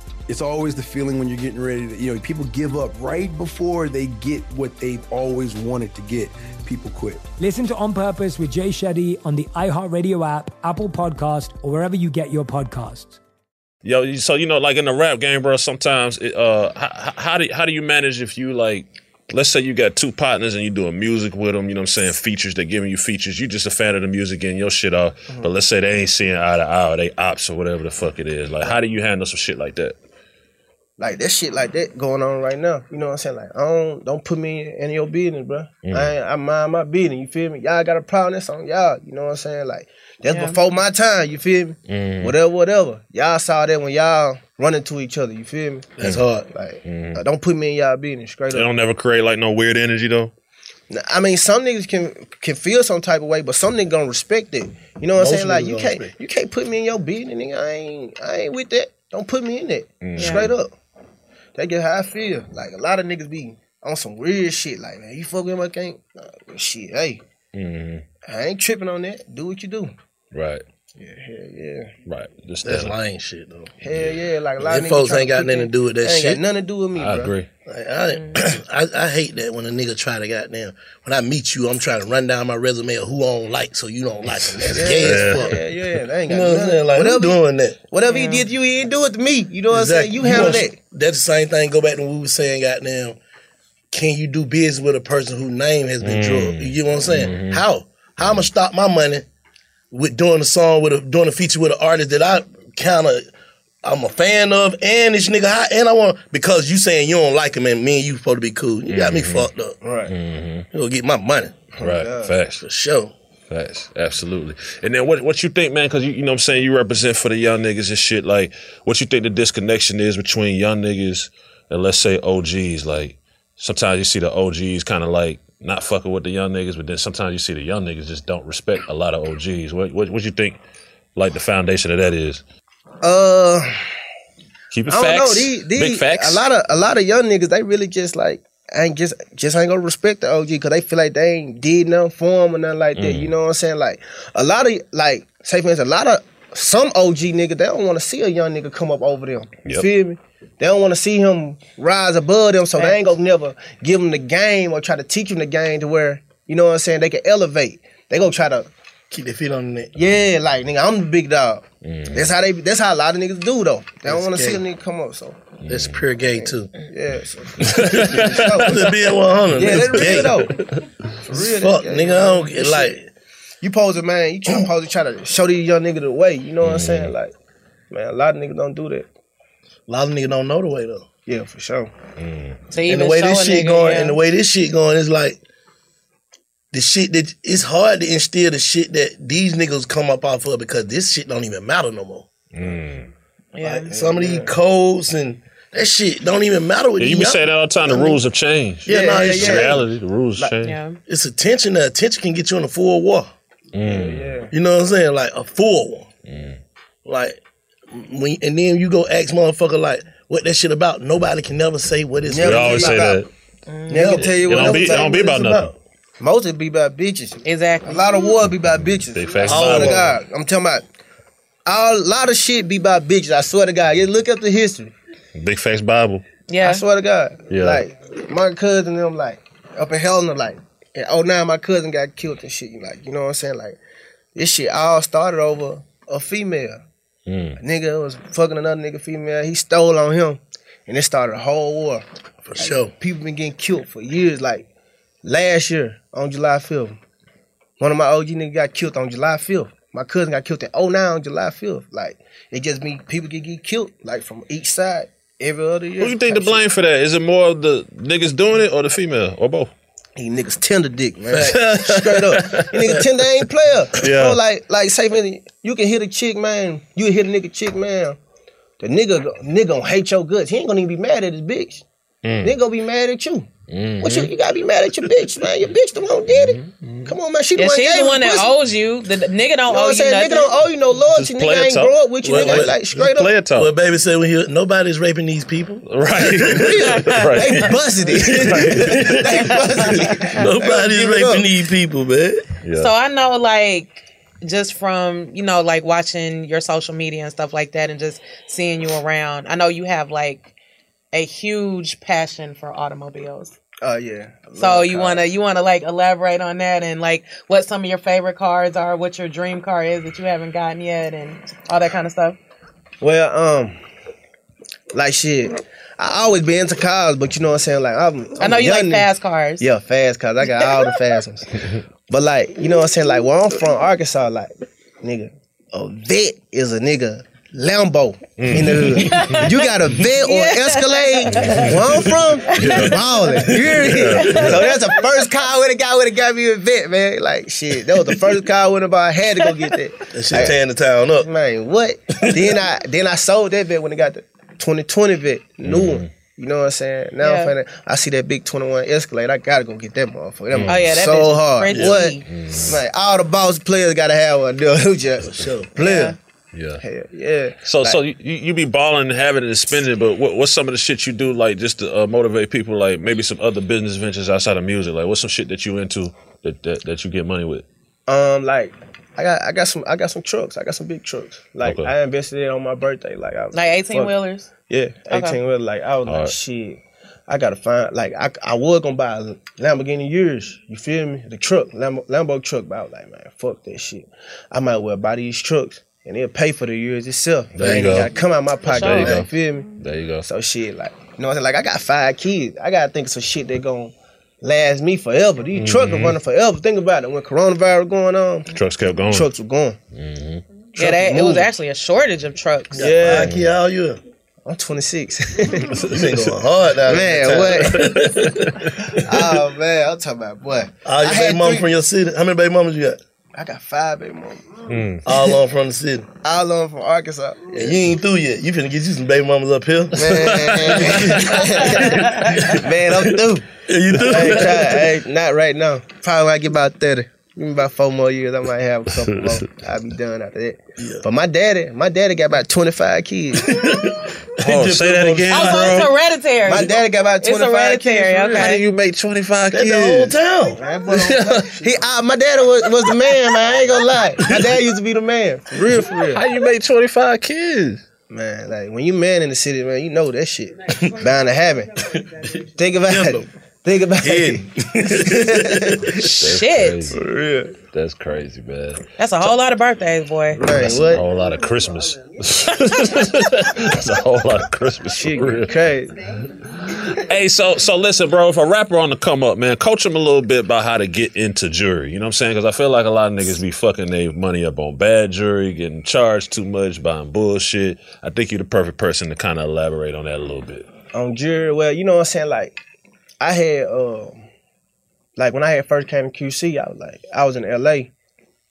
S15: It's always the feeling when you're getting ready to, you know, people give up right before they get what they've always wanted to get. People quit.
S16: Listen to On Purpose with Jay Shetty on the iHeartRadio app, Apple Podcast, or wherever you get your podcasts.
S3: Yo, you- so you know, like in the rap game, bro. Sometimes, it, uh, how, how do how do you manage if you like, let's say you got two partners and you doing music with them. You know, what I'm saying features. They're giving you features. You just a fan of the music and your shit off. But let's say they ain't seeing eye to eye. Or they ops or whatever the fuck it is. Like, how do you handle some shit like that?
S13: like that shit like that going on right now. You know what I'm saying? Like, I don't don't put me in your business, bro.
S3: Mhm.
S13: I, ain't- I mind my business. You feel me? Y'all got a problem? That's on y'all. You know what I'm saying? Like that's
S5: Yeah.
S13: before my time. You feel me?
S6: Mm.
S13: Whatever, whatever. Y'all saw that when y'all running to each other. You feel me? That's hard. Like, uh, don't put me in y'all business. Straight
S3: They
S13: up.
S3: don't never create like no weird energy though.
S13: Now, I mean, some niggas can can feel some type of way, but some niggas gonna respect it. You know what
S5: Most
S13: I'm saying? Like
S5: niggas
S13: you
S5: gonna
S13: can't
S5: respect
S13: you can't put me in your business, nigga. I ain't I ain't with that. Don't put me in that.
S5: Mm.
S13: Straight
S5: Yeah.
S13: up. That get how I feel. Like a lot of niggas be on some weird shit. Like man, you fuck with my gang? Nah, shit, hey,
S3: Mm-hmm.
S13: I ain't tripping on that. Do what you do.
S3: Right.
S13: Yeah, hell yeah.
S3: Right. Just
S13: That's
S3: standing.
S13: lame shit, though. Hell yeah, like a lot
S6: Them
S13: of niggas
S6: folks
S13: tryna
S6: ain't got
S13: put
S6: nothing to do with that
S13: ain't
S6: shit.
S13: Got nothing to do with me.
S3: I
S13: bro.
S3: agree.
S6: Like, I, I I hate that when a nigga try to goddamn. When I meet you, I'm trying to run down my resume of who I don't like, so you don't like them. That's
S13: Yeah,
S6: gay as
S13: yeah,
S6: fuck.
S13: yeah, yeah. They ain't
S6: you know
S13: got
S6: what I'm
S13: nothing.
S6: saying? Like, whatever
S13: Whatever you-
S6: doing that.
S13: Whatever he did, you he didn't do it to me. You know what I'm saying? You handle
S6: gonna-
S13: that.
S6: That's the same thing. Go back to what we were saying. Goddamn, can you do business with a person whose name has been
S13: Mm.
S6: drugged? You know what I'm saying?
S13: Mhm.
S6: How? How I'm gonna stop my money with doing a song with a doing a feature with an artist that I kind of I'm a fan of, and this nigga hot, and I want because you saying you don't like him, and me and you supposed to be cool. You got me
S3: Mhm.
S6: fucked up.
S13: Right.
S6: You gonna get my money.
S3: Mm-hmm. Right.
S6: God.
S3: Facts.
S6: For sure.
S3: Facts. Absolutely. And then what what you think, man, cause you, you know what I'm saying, you represent for the young niggas and shit, like what you think the disconnection is between young niggas and let's say OGs. Like sometimes you see the OGs kinda like not fucking with the young niggas, but then sometimes you see the young niggas just don't respect a lot of OGs. What what what you think like the foundation of that is?
S13: Uh,
S3: Keep it
S13: I don't know.
S3: facts.
S13: These, these,
S3: Big facts.
S13: A lot of a lot of young niggas, they really just like ain't just just ain't gonna respect the OG because they feel like they ain't did nothing for them or nothing like that. You
S3: Mm.
S13: know what I'm saying? Like a lot of like say for instance, a lot of some OG niggas they don't want to see a young nigga come up over them. You
S17: Yep.
S13: feel me? They don't want to see him rise above them, so they ain't gonna never give him the game or try to teach him the game to where you know what I'm saying they can elevate. They gonna try to
S6: keep their feet on the neck.
S13: Yeah, like nigga, I'm the big dog.
S6: Mm.
S3: Mm.
S13: That's how they. That's how a lot of niggas do though. They don't
S6: That's
S13: want to see
S6: gay.
S13: a nigga come up. So
S6: That's pure gay too.
S13: yeah, so.
S6: to be at 100.
S13: Yeah,
S6: that's
S13: that's
S6: gay.
S13: real though. For real,
S6: Fuck,
S13: yeah,
S6: nigga,
S13: yeah.
S6: I don't get,
S13: That
S6: like-
S13: shit- You pose a man. You try to pose to try to show these young nigga the way. You know what I'm saying? Like, man, a lot of niggas don't do that.
S6: A lot of niggas don't know the way though.
S13: Yeah, for sure.
S6: So and the way this shit going, and the way this shit going is like the shit that it's hard to instill the shit that these niggas come up off of because this shit don't even matter no more.
S3: Mm.
S13: Yeah,
S6: like, some of these codes and that shit don't even matter with
S3: Yeah, you
S6: these
S3: be
S6: young-
S3: saying that all the time, the
S6: I mean-
S3: rules have changed.
S6: Yeah, no,
S3: it's
S6: it's true.
S3: reality, the rules
S6: Like,
S3: change.
S6: It's attention. The attention can get you in a full war.
S3: Mm.
S6: You know what I'm saying? Like a full one. Like when and then you go ask motherfucker like what that shit about. Nobody can never say what it's
S3: We always say that.
S13: Never tell you what
S3: It don't
S13: never
S3: be-
S13: tell
S3: it
S13: you
S3: don't be
S13: what
S3: about
S13: it's
S3: nothing.
S13: Most it be about bitches. Exactly. A lot of war be about bitches.
S3: Big facts.
S13: I swear to
S3: Bible.
S13: God, I'm talking about all, a lot of shit be about bitches. I swear to God, you look up the history.
S3: Big facts Bible.
S13: Yeah, I swear to God.
S3: Yeah.
S13: Like my cousin, them like up in Helena, like and oh now my cousin got killed and shit. Like you know what I'm saying? Like this shit all started over a female.
S3: Mm.
S13: A nigga was fucking another nigga female. He stole on him, and it started a whole war. For
S6: sure,
S13: people been getting killed for years. Like last year on July 5th, one of my OG niggas got killed on July 5th. My cousin got killed in 09 on July 5th. Like it just mean people get get killed like from each side every other year.
S3: Who you think
S13: Type
S3: to blame for that? Is it more of the niggas doing it or the female or both?
S13: He niggas tender dick, man. Straight up. You nigga tender ain't player.
S3: Yeah.
S13: Bro, like like say for instance, you can hit a chick, man. You can hit a nigga chick, man. The nigga go- nigga gonna hate your guts. He ain't gonna even be mad at his bitch.
S3: Mm.
S13: Nigga gonna be mad at you. What you, you gotta be mad at your bitch, man. Your bitch the one who did it. Come on, man. She the
S5: Yeah,
S13: one,
S5: she's
S13: gave
S5: the
S13: him
S5: one that
S13: pussy.
S5: owes you. The the nigga
S13: You know
S5: don't
S13: what
S5: owe
S13: I'm
S5: you
S13: saying? Nigga
S5: nothing.
S13: don't owe you no loyalty. Nigga ain't grow up with you.
S6: Well,
S13: Nigga
S6: well,
S13: ain't like straight up.
S6: Well, baby said when he, nobody's raping these people.
S3: Right.
S13: They busted it. They busted it.
S6: Nobody's raping these people, man.
S5: So I know, like, just from you know, like watching your social media and stuff like that, and just seeing you around. I know you have like a huge passion for automobiles.
S13: Oh yeah.
S5: So you wanna you wanna like elaborate on that and like what some of your favorite cars are, what your dream car is that you haven't gotten yet, and all that kind of stuff.
S13: Well, um, like shit, I always been into cars, but you know what I'm saying. Like I'm,
S5: I know
S13: I'm
S5: you like
S13: young-
S5: fast cars.
S13: Yeah, fast cars. I got all the fast ones. But like, you know what I'm saying. Like where I'm from, Arkansas, like nigga, a vet is a nigga. Lambo in the hood. You got a vet or
S5: Yeah.
S13: Escalade where I'm from?
S5: Yeah.
S13: Ballin'. You hear me?
S5: Yeah.
S13: So that's the first car I would have got would have got me a vet, man. Like shit. That was the first car I would have bought. I had to go get that.
S6: That shit tearing the town up.
S13: Man, what? then I then I sold that vet when it got the 2020 vet, new one. You know what I'm saying? Now I'm
S5: Yeah.
S13: finna, I see that big 21 Escalade. I gotta go get that motherfucker. That
S5: Mm.
S13: motherfucker
S5: Oh, yeah, that bitch
S13: so
S5: is
S13: hard.
S5: pretty.
S13: What?
S5: Mm.
S13: Like all the boss players gotta have one. Dude, who just player?
S3: Yeah.
S13: Hell, yeah.
S3: So
S13: Like-
S3: so you, you you be balling and having it and spending, it, but what, what's some of the shit you do like just to uh, motivate people? Like maybe some other business ventures outside of music. Like what's some shit that you into that that, that you get money with?
S13: Um, like I got I got some I got some trucks. I got some big trucks. Like
S5: Okay.
S13: I invested in on my birthday. Like I
S5: Like 18
S13: fuck.
S5: wheelers?
S13: Yeah,
S5: Okay.
S13: eighteen wheelers. Like I was like
S5: Alright.
S13: shit. I gotta find like I I was gonna buy a Lamborghini years. You feel me? The truck Lambo, Lambo truck. But I was like man, fuck that shit. I might well buy these trucks. And it'll pay for the years itself.
S3: There
S13: It
S3: you
S13: ain't
S3: go.
S13: Gotta come out my
S3: For
S13: pocket.
S3: sure. There you go.
S13: feel me?
S3: There you go.
S13: So shit, like you know, what I'm saying? like I got five kids. I gotta think of some shit that gonna last me forever. These trucks are
S3: Mhm.
S13: running forever. Think about it. When coronavirus going on,
S3: Trucks kept going.
S13: trucks were going.
S3: Mm-hmm.
S5: yeah, that, it was
S13: moving.
S5: actually a shortage of trucks.
S13: Yeah.
S5: Like,
S13: how old you? I'm 26. you been
S6: going hard down
S13: Man,
S6: there,
S13: what? oh, man. I'm talking about, boy.
S6: All your
S13: I
S6: baby
S13: had
S6: mama
S13: three-
S6: from your city. How many baby mamas you got?
S13: I got five baby mamas.
S3: Hmm.
S6: All on from the city.
S13: All on from Arkansas.
S6: Yeah, you ain't through yet. You finna get you some baby mamas up here.
S13: Man, I'm through.
S6: you through?
S13: I ain't trying- I ain't- not right now. Probably when I get about 30. Give me about four more years, I might have a couple more. I'll be done after that. But my daddy, my daddy got about 25 kids.
S3: Oh, say that again,
S5: Oh, so it's hereditary.
S13: My daddy got about
S5: It's
S13: 25 kids.
S5: hereditary, okay. How do
S3: you make 25
S13: That's
S5: kids?
S13: the whole town. he, I, my daddy was, was the man, man. I ain't gonna lie. My dad used to be the man. For real, for real.
S3: How you make 25 kids?
S13: Man, like when you man in the city, man, you know that shit. Bound to happen. Think about it. Think about it.
S5: Shit.
S3: For real. That's crazy, man.
S5: That's a whole lot of birthdays, boy.
S3: That's a whole lot of Christmas. That's a whole lot of Christmas. Shit,
S13: crazy.
S3: Hey, so so listen, bro. If a rapper on the come up, man, coach him a little bit about how to get into jury. You know what I'm saying? Because I feel like a lot of niggas be fucking their money up on bad jury, getting charged too much, buying bullshit. I think you're the perfect person to kind of elaborate on that a little bit.
S13: on jury. Um, Well, you know what I'm saying? Like, I had, um, like, when I had first came to QC, I was like, I was in LA. You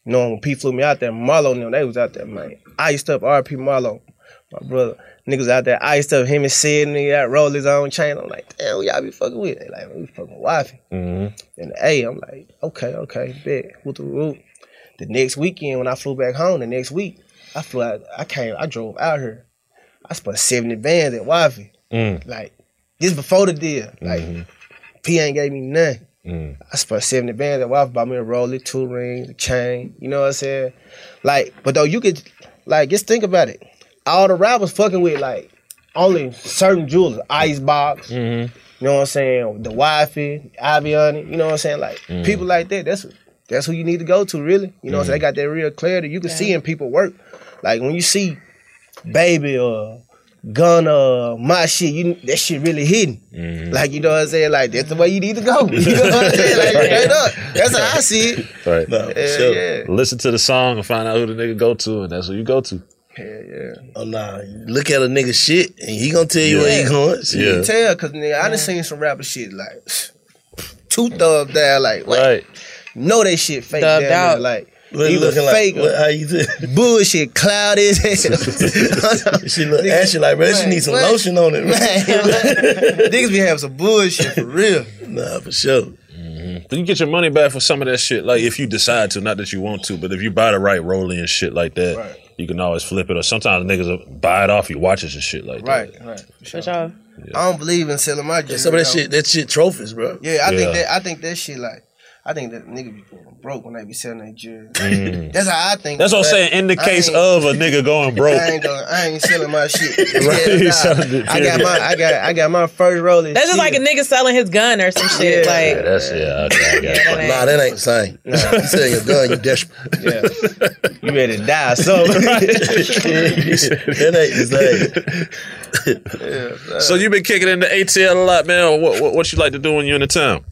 S13: know, when P flew me out there, Marlo and them, they was out there, man. Iced up RP Marlo, my brother. Niggas out there iced up, him and Sid, nigga, that roll his own chain. I'm like, damn, who y'all be fucking with? They like, we fucking wifey.
S3: Mm-hmm.
S13: And A, I'm like, okay, okay, bet. With the root. The next weekend when I flew back home, the next week, I flew out, I came, I drove out here. I spent 70 bands at Wifey.
S3: Mm.
S13: Like, this before the deal. Like, P ain't gave me nothing. I spent 70 bands at Wifey, bought me a Rolex, two rings, a chain. You know what I'm saying? Like, but though you could, like, just think about it. All the rappers fucking with, like, only certain jewelers, Icebox, Mm-hmm. you know what I'm saying? The wifey, Aviani, you know what I'm saying? Like
S3: Mm.
S13: people like that, that's that's who you need to go to, really. You know what I'm saying? They got that real clarity. You can see in people work. Like when you see baby or gunna uh, my shit, you that shit really hidden. Like you know what I'm saying? Like that's the way you need to go. You know what I'm saying? Like straight up. That's how I see it.
S3: Right.
S13: for sure. yeah.
S3: Listen to the song and find out who the nigga go to, and that's who you go to.
S13: Hell yeah.
S6: Oh, nah. Look at a nigga shit and he gonna tell you where he going. Shit.
S13: You can tell, cause nigga, I done seen some rapper shit like two thumbs down, like what?
S3: Right.
S13: Know that shit fake
S6: Thumbed
S13: down there,
S6: out.
S13: like.
S6: What it
S13: Either
S6: looking like?
S13: fake
S6: What-
S13: or
S6: how you
S13: bullshit, cloud as hell.
S6: she look ashy like, bro, she needs some
S13: What?
S6: lotion on it.
S13: Niggas be having some bullshit for real.
S6: nah, for sure.
S3: But Mm-hmm. you get your money back for some of that shit, like if you decide to, not that you want to, but if you buy the right rolling and shit like that, you can always flip it. Or sometimes niggas will buy it off you watches and shit like
S13: Right, right. I don't believe in selling my jewelry.
S6: Some of that
S13: though.
S6: shit, that shit trophies, bro.
S13: Yeah, I
S6: Yeah.
S13: think that I think that shit like I think that nigga be going broke when they be selling their jewelry.
S3: Mm.
S13: That's how I think.
S3: That's what I'm
S13: but
S3: saying. In the
S13: I
S3: case
S13: ain't-
S3: of a nigga going broke,
S13: I ain't, gonna, I ain't selling my shit.
S3: Right,
S13: Yeah,
S3: he
S13: nah.
S3: selling it,
S13: I got
S3: period.
S13: my I got I got my first rolling.
S5: That's just like a nigga selling his gun or some shit.
S3: Yeah,
S5: Like,
S3: that's yeah. Okay, I got it.
S6: Nah, that ain't the same. You sell your gun, you desperate.
S13: Yeah. You ready to die, so
S6: that ain't the
S3: same. so you've been kicking in the ATL a lot, man. What, what what you like to do when you're in the town?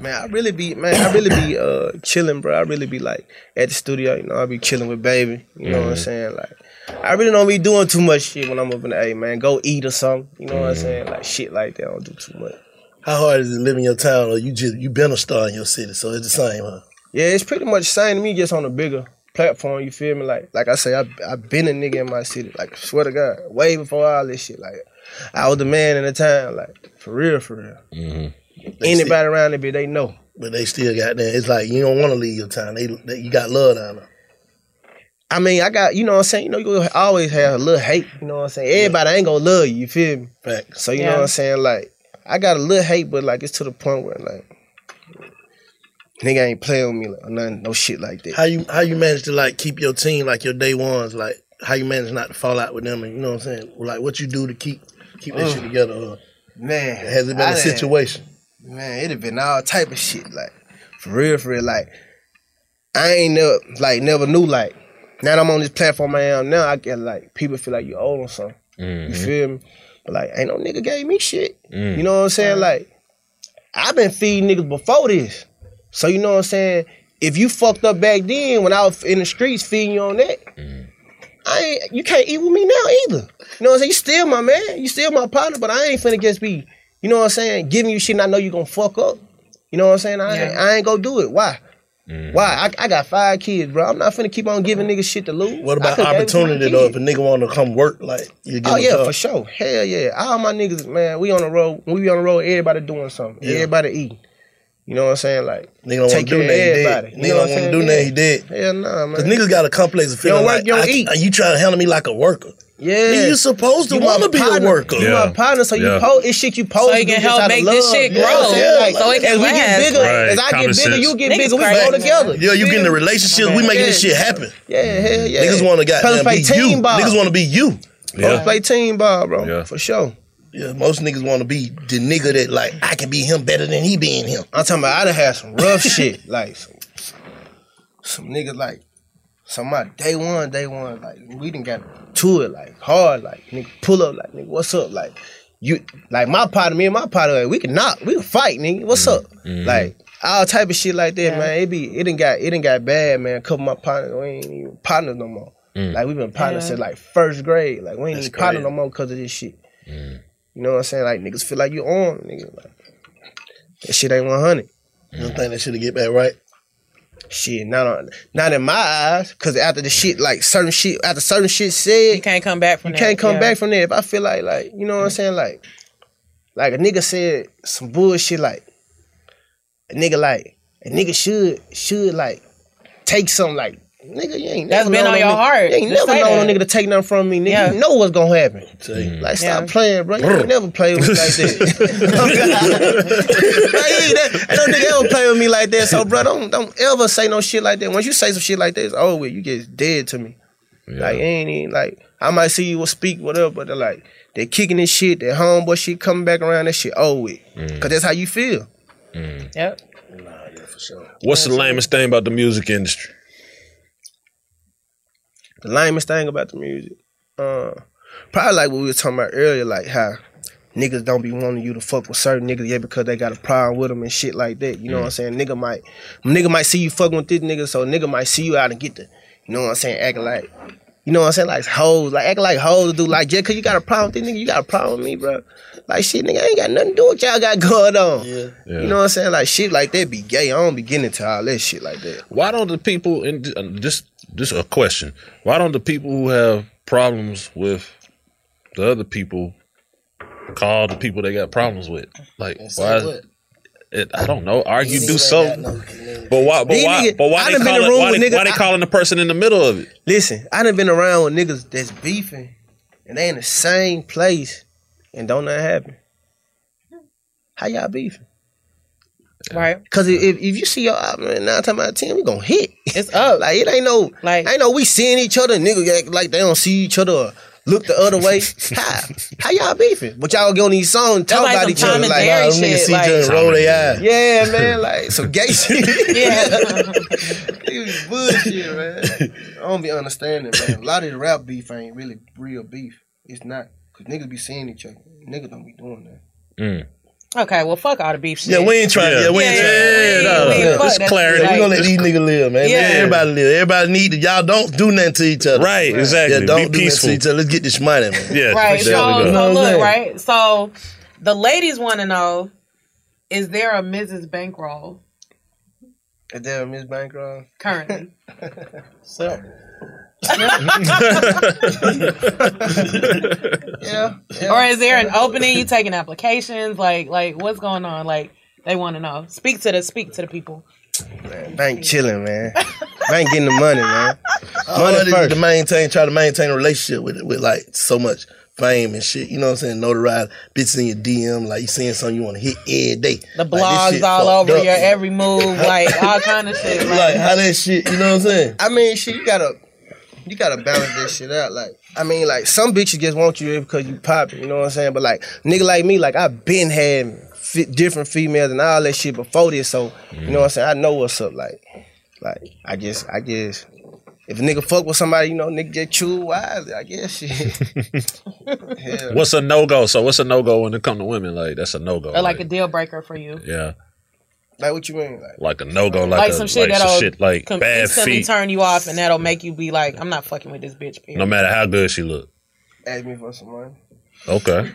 S13: Man, I really be man, I really be uh chilling, bro. I really be like at the studio, you know, I be chilling with baby. You know what I'm
S3: Mhm.
S13: saying? Like I really don't be doing too much shit when I'm up in the A, man. Go eat or something. You know what I'm
S6: Mhm.
S13: saying? Like shit like that. I don't do too much.
S6: How hard is it living in your town or you just you been a star in your city, so it's the same, huh?
S13: Yeah, it's pretty much the same to me, just on a bigger platform. You feel me? Like, like I say, I I been a nigga in my city. Like, swear to God, way before all this shit. Like, I was the man in the town. Like, for real, for real.
S3: Mm-hmm.
S13: Anybody around there, bitch, they know.
S6: But they still got there. It's like you don't want to leave your town. They, they you got love down there.
S13: I mean, I got you know what I'm saying. You know, you gonna always have a little hate. You know what I'm saying. Everybody ain't gonna love you. You feel me? So you know
S6: Yeah.
S13: what I'm saying. Like, I got a little hate, but like it's to the point where like Nigga ain't playing with me like, or nothing, no shit like that.
S6: How you how you manage to like keep your team like your day ones like how you manage not to fall out with them and you know what I'm saying like what you do to keep keep that
S13: Ugh.
S6: shit together. uh,
S13: Man,
S6: has it been
S13: I
S6: a
S13: done-
S6: situation?
S13: Man, it have been all type of shit. Like, for real, for real. Like, I ain't never, like, never knew, like, now that I'm on this platform I am now, I get, like, people feel like you old or something. You feel me? But, like, ain't no nigga gave me shit.
S6: Mm-hmm. Mm.
S13: You know what I'm saying? Like, I've been feeding niggas before this. So, you know what I'm saying? If you fucked up back then when I was in the streets feeding you on that,
S6: Mm.
S13: I ain't, you can't eat with me now either. You know what I'm saying? You still my man, you still my partner, but I ain't finna just be, you know what I'm saying, giving you shit and I know you gonna fuck up. You know what I'm saying? I, ain't, I ain't gonna do it. Why?
S6: Mm.
S13: Why? I, I got five kids, bro. I'm not finna keep on giving niggas shit to lose.
S6: What about
S13: I could've gave it to my
S6: opportunity though? If a nigga want to come work, like you give
S13: Oh
S6: a
S13: yeah,
S6: fuck?
S13: for sure. Hell yeah. All my niggas, man, we on the road. When we on the road, everybody doing something.
S6: Yeah.
S13: Everybody eating. You know what I'm saying? Like
S6: Nigga don't want to
S13: take
S6: do
S13: care of
S6: nothing. he dead.
S13: everybody.
S6: Nigga don't want to do nothing. He dead.
S13: Hell nah, man.
S6: Cause niggas got a complex of
S13: You don't
S6: feeling
S13: work,
S6: like
S13: you
S6: I-
S13: don't eat.
S6: you trying to handle me like a worker.
S13: Yeah,
S6: Nigga, you supposed to
S13: You my
S6: want to be a
S13: partner.
S6: worker.
S13: You my partner, so you po- it's shit you post.
S5: So it can help make this shit grow, so it can
S13: as we get
S5: last.
S13: bigger,
S6: Right,
S13: as I
S6: common
S13: get bigger,
S6: sense.
S13: you get
S6: Niggas
S13: bigger. We
S6: crazy.
S13: grow together.
S6: Yeah, you get in a relationship, we making this shit happen.
S13: Yeah, hell yeah.
S6: Niggas want to goddamn
S13: Supposed play
S6: be you.
S13: team ball.
S6: Niggas want to be you.
S13: Supposed to play team ball, bro. For sure.
S6: Yeah, most niggas want to be the nigga that like I can be him better than he being him.
S13: I'm talking about I done had some rough shit. Like some, some niggas like somebody day one, day one, like we didn't got to it like hard, like nigga pull up, like nigga, what's up? Like you like my partner, me and my partner, like, we can knock, we can fight, nigga. What's up? Like all type of shit like that, man. It be it didn't got it didn't got bad, man. A couple of my partners, we ain't even partners no more.
S6: Mm.
S13: Like we been partners
S6: Yeah.
S13: since like first grade. Like we ain't
S6: That's
S13: even partners no
S6: crazy.
S13: more because of this shit.
S5: Mm.
S13: You know what I'm saying? Like niggas feel like you on, nigga. Like that shit ain't one hundred.
S6: You don't think that shit get back right?
S13: Shit, not on, not in my eyes. Cause after the shit, like certain shit, after certain shit said, you
S5: can't come back from
S13: you
S5: that,
S13: can't come
S5: yeah.
S13: back from there. If I feel like, like you know what I'm saying, like, like a nigga said some bullshit, like a nigga, like a nigga should should like take something, like nigga, you ain't
S5: That's
S13: never
S5: been
S13: known
S5: on your
S13: no nigga-
S5: heart.
S13: You ain't
S5: Just
S13: never
S5: say
S13: known
S5: that.
S13: no nigga to take nothing from me, nigga.
S5: Yeah.
S13: You know what's gonna happen. Like
S5: Yeah.
S13: stop playing, bro. You ain't never play with me like that. Ain't no nigga ever play with me like that. So, bro, don't don't ever say no shit like that. Once you say some shit like that, it's over with. You get dead to me. Like, it ain't even like I might see you or speak whatever, but they're like they kicking this shit, that homeboy shit coming back around, that shit over with. Cause that's how you feel.
S5: Yep.
S3: What's the lamest thing about the music industry?
S13: The lamest thing about the music, uh, probably like what we were talking about earlier, like how niggas don't be wanting you to fuck with certain niggas yeah because they got a problem with them and shit like that. You know what I'm saying? Nigga might nigga might see you fucking with this nigga, so nigga might see you out and get the you know what I'm saying, acting like you know what I'm saying? Like hoes, like acting like hoes do. Like just cause you got a problem with this nigga, you got a problem with me, bro. Like shit, nigga, I ain't got nothing to do with y'all got going on. You know what I'm saying? Like shit like that be gay. I don't be getting into all that shit like that.
S3: Why don't the people in uh, this this a question? Why don't the people who have problems with the other people call the people they got problems with? Like
S6: say
S3: why?
S6: what?
S3: It, I don't know. Argue,
S6: These
S3: do
S6: niggas
S3: something. But why? But
S13: These
S3: why?
S13: niggas-
S3: But why
S13: I
S3: they
S13: done been in
S3: calling?
S13: room
S3: Why
S13: with
S3: they,
S13: niggas-
S3: why they
S13: I-
S3: calling the person in the middle of it?
S13: Listen, I done been around with niggas that's beefing and they in the same place and don't nothing happen. How y'all beefing?
S5: Right.
S13: Cause if, if if you see your I mean, nine times out of ten, we gonna hit. It's up. like it ain't no like ain't no we seeing each other, niggas act like they don't see each other or look the other way. how how y'all beefing? But y'all gonna get on these songs and
S5: That's
S13: talk
S5: like
S13: about
S5: some
S13: each other
S5: Tom and
S13: like
S5: Jerry
S13: nah, them niggas
S5: shit,
S13: see each other and
S5: like-
S13: roll their eyes. Yeah, man, like some gay shit.
S5: Yeah.
S13: It's bullshit, man. I don't be understanding, man. A lot of the rap beef ain't really real beef. It's not. Cause niggas be seeing each other. Niggas don't be doing that.
S5: Okay, well, fuck all the beef shit.
S6: Yeah, we ain't trying. Yeah, we ain't trying.
S5: yeah, we ain't- fuck
S6: It's
S5: that
S6: clarity.
S5: shit.
S6: we gonna
S5: Like-
S6: let these niggas live, man.
S5: Yeah.
S6: Let everybody live. Everybody need to. Y'all don't do nothing to each other.
S3: Right, exactly.
S6: Yeah,
S3: Be
S6: don't do nothing
S3: peaceful.
S6: to each other. Let's get this money, man.
S3: Yeah,
S5: right. So,
S6: You know
S5: so
S6: what I'm
S5: look,
S6: saying?
S5: right. So the ladies want to know: Is there a Mrs. Bankroll
S13: Is there a Miss Bankroll?
S5: currently?
S13: So yeah,
S5: Or is there an opening? You taking applications? Like, like what's going on? Like, they want to know. Speak to the speak to the people.
S13: Bank chilling, man. Bank getting the money, man.
S6: Money first. to maintain, try to maintain a relationship with with like so much fame and shit. You know what I'm saying? Notoriety, bitches in your DM, like you seeing something you want to hit every day.
S5: The
S6: Like, this
S5: blogs
S6: shit
S5: all
S6: fucked
S5: over
S6: up.
S5: your every move, like all kind of shit. Like,
S6: Like how that shit, you know what I'm saying?
S13: I mean, shit, you gotta you gotta balance this shit out. Like, I mean, like some bitches just want you there because you popping. You know what I'm saying? But like nigga like me, like I've been had fi- different females and all that shit before this, so you know what I'm saying? I know what's up. Like, like I guess I guess if a nigga fuck with somebody, you know, nigga get chewed wise. I guess shit. Hell.
S3: What's a no go? So what's a no go when it come to women? Like that's a no go.
S10: Or Uh, like a deal breaker for you.
S3: yeah,
S13: Like what you mean? Like,
S3: like a no go. Like,
S10: Like
S3: a,
S10: some shit
S3: like some
S10: that'll
S3: shit like
S10: com-
S3: bad
S10: instantly
S3: feet.
S5: turn you off, and that'll make you be like, I'm not fucking with this bitch. Period.
S3: No matter how good she look.
S13: ask me for some money.
S3: Okay.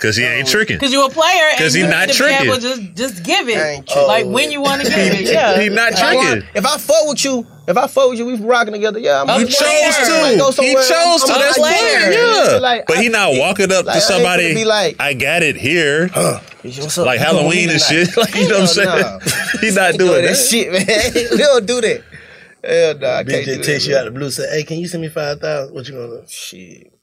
S3: Cause he ain't tricking.
S10: Cause you a player, and
S3: 'Cause he
S10: you
S3: not
S10: the
S3: tricking.
S10: devil Just, just give it. Like when you want to give it.
S3: He-
S10: Yeah.
S3: he not
S13: If I want-
S3: tricking.
S13: If I fuck with you, if I fuck with you, we rocking together. Yeah, I'm
S3: You
S13: I'm
S3: chose
S13: there.
S3: to.
S13: I go
S3: He
S13: somewhere,
S3: chose to.
S13: I'm- I'm
S3: That's
S13: like,
S3: good.
S13: yeah.
S3: Yeah.
S13: Like,
S3: but
S13: I-
S3: he not walking up
S13: like, I
S3: to
S13: ain't
S3: somebody.
S13: finna be like-
S3: I got it here.
S13: up?
S3: Like
S13: You gonna
S3: Halloween
S13: meet
S3: and
S13: tonight?
S3: shit. Like you know what I'm saying?
S13: Hell no.
S3: he not
S13: Doing
S3: doing
S13: that
S3: that
S13: shit, man. we don't do that. Hell no, I can't
S6: Bitch
S13: do
S6: just text you out
S13: that.
S6: of the blue, say, "Hey, can you send me five thousand? What you gonna do?"
S13: Shit.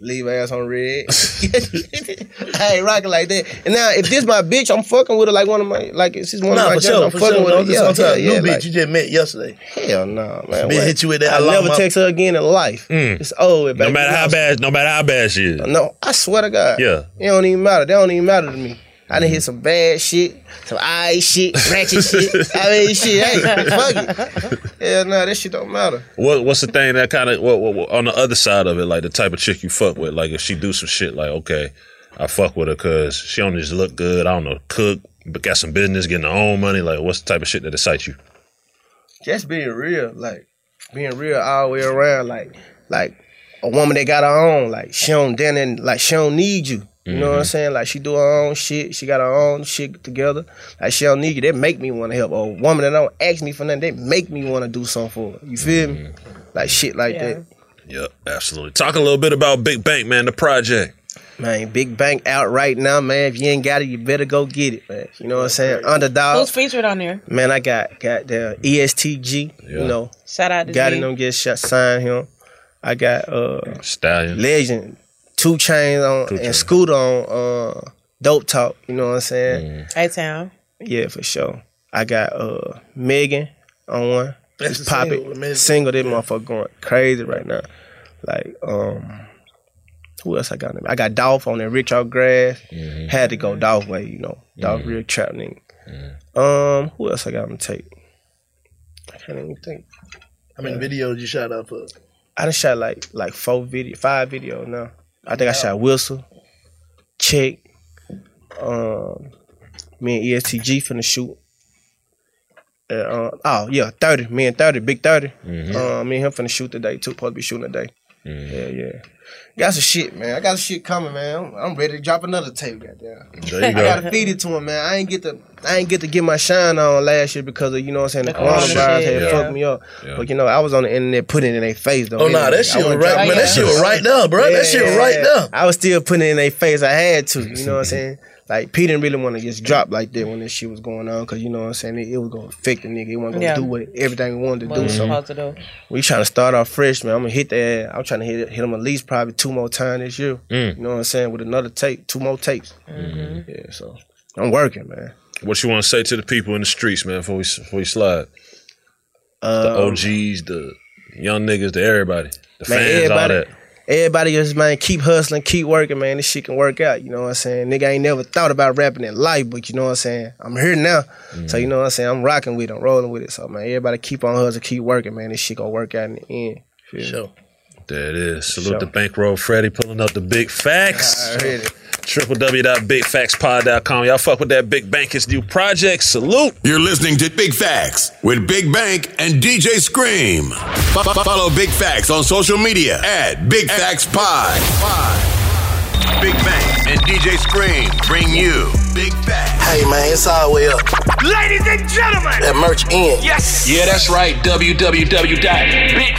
S13: Leave ass on red. I ain't rocking like that. And now, if this my bitch, I'm fucking with her like one of my like. It's just one
S6: nah,
S13: of my
S6: for
S13: girls,
S6: sure,
S13: I'm
S6: for
S13: fucking
S6: sure. I'm
S13: with
S6: just
S13: her. Yeah,
S6: gonna tell
S13: yeah,
S6: you,
S13: yeah,
S6: new bitch
S13: like-
S6: you just met yesterday.
S13: Hell no, man.
S6: Bitch
S13: what?
S6: hit you with that.
S13: I
S6: alarm
S13: never
S6: up.
S13: text her again in life. It's over,
S3: Mm. No
S13: baby.
S3: matter how bad, no matter how bad she is.
S13: No, I swear to God.
S3: Yeah.
S13: It don't even matter. They don't even matter to me. I done hit some bad shit, some eye shit, ratchet shit. I mean, shit, hey, fuck it. Yeah, no, that shit don't matter.
S3: What What's the thing that kind of what, what, what- on the other side of it? Like the type of chick you fuck with. Like if she do some shit, like okay, I fuck with her because she don't just look good. I don't know, cook, but got some business, getting her own money. Like what's the type of shit that excites you?
S13: Just being real, like, being real all the way around, like, like a woman that got her own, like, she don't, then, and, like, she don't need you. You know what I'm saying? Like she do her own shit. She got her own shit together. Like she don't need you. That make me want to help. Or a woman that don't ask me for nothing, they make me want to do something for her. You feel me? Like shit like that.
S3: Yep, absolutely. Talk a little bit about Big Bank, man. The project.
S13: Man, Big Bank out right now, man. If you ain't got it, you better go get it, man. You know what I'm saying? Underdog.
S10: Who's featured on there?
S13: Man, I got E got the ESTG.
S3: Yeah.
S13: You know,
S10: Shout out to
S13: got
S10: Z.
S13: it. Don't get shot. Sign him. I got uh
S3: Stallion,
S13: Legend, Two Chains on
S3: Two
S13: and
S3: Chainz.
S13: Scooter on uh Dope Talk. You know what I'm saying?
S10: A town.
S13: Yeah, for sure. I got uh Megan on one.
S6: That's
S13: Just
S6: the
S13: pop
S6: single with Megan.
S13: it. Single, that motherfucker going crazy right now. Like, um, who else I got? on there? I got Dolph on there, Rich Out Grass. Had to go Dolph way, you know. Dolph real trap nigga. Um, who else I got on tape? I can't even think.
S6: How many videos you shot up for?
S13: I done shot like like four video, five videos now. I think I shot Whistle, Check, um, me and E ESTG finna shoot. And, uh, oh yeah, thirty. Me and thirty, big 30
S3: Mm-hmm.
S13: Uh, me and him finna shoot today too. Supposed to be shooting today. Yeah, yeah. Got some shit, man. I got some shit coming, man. I'm, I'm ready to drop another tape, goddamn.
S3: There you go.
S13: I gotta feed it to him, man. I ain't get to I ain't get to get my shine on last year because of you know what I'm saying the,
S6: The corona
S13: coronavirus
S6: shit,
S13: had
S6: yeah.
S13: fucked me up. But you know I was on the internet putting it in their face though.
S6: Oh, nah, that shit was right- man, that shit was right there, bro. That shit was right there.
S13: I was still putting it in their face. I had to, you know what I'm saying. Like P didn't really want to just drop like that when this shit was going on because you know what I'm saying it, it was gonna affect the nigga. It wasn't gonna
S10: Yeah.
S13: do what everything we wanted to
S10: What
S13: do.
S10: we
S13: So
S10: supposed to do.
S13: we trying to start off fresh, man. I'm gonna hit that. I'm trying to hit hit him at least probably two more times this year.
S3: Mm.
S13: You know what I'm saying? With another tape, two more tapes.
S6: Mm-hmm.
S13: Yeah, so I'm working, man.
S3: What you want to say to the people in the streets, man? Before we before we slide, the
S13: Um,
S3: OGs, the young niggas, the everybody, the
S13: Man,
S3: fans, all
S13: everybody-
S3: that.
S13: Everybody just man, keep hustling, keep working, man. This shit can work out. You know what I'm saying? Nigga ain't never thought about rapping in life, but you know what I'm saying? I'm here now. So
S3: Mm.
S13: you know what I'm saying? I'm rocking with it, I'm rolling with it. So man, everybody keep on hustling, keep working, man. This shit gonna work out in the end. Feel me?
S3: There it is. Salute
S13: Sure.
S3: to Bankroll Freddy pulling up the big facts.
S13: I heard it.
S3: www.bigfactspod.com. Y'all fuck with that Big Bank. It's new project. Salute.
S4: You're listening to Big Facts with Big Bank and DJ Scream. Fo- fo- Follow Big Facts on social media at Big Facts Pod. Big Bank and DJ Scream bring you Big Facts.
S6: Hey man, it's all way up.
S4: Ladies and gentlemen,
S6: That merch in.
S4: Yes.
S6: Yeah, that's right.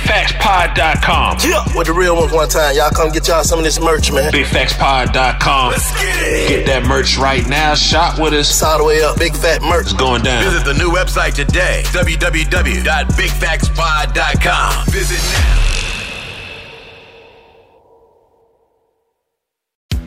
S6: www.bigfactspod.com. Yeah, with the real ones one time. Y'all come get y'all some of this merch, man. Bigfactspod.com. Let's get it. Get that merch right now. Shop with us. It's all the way up. Big fat merch. It's going down.
S4: Visit the new website today, www.bigfactspod.com. Visit now.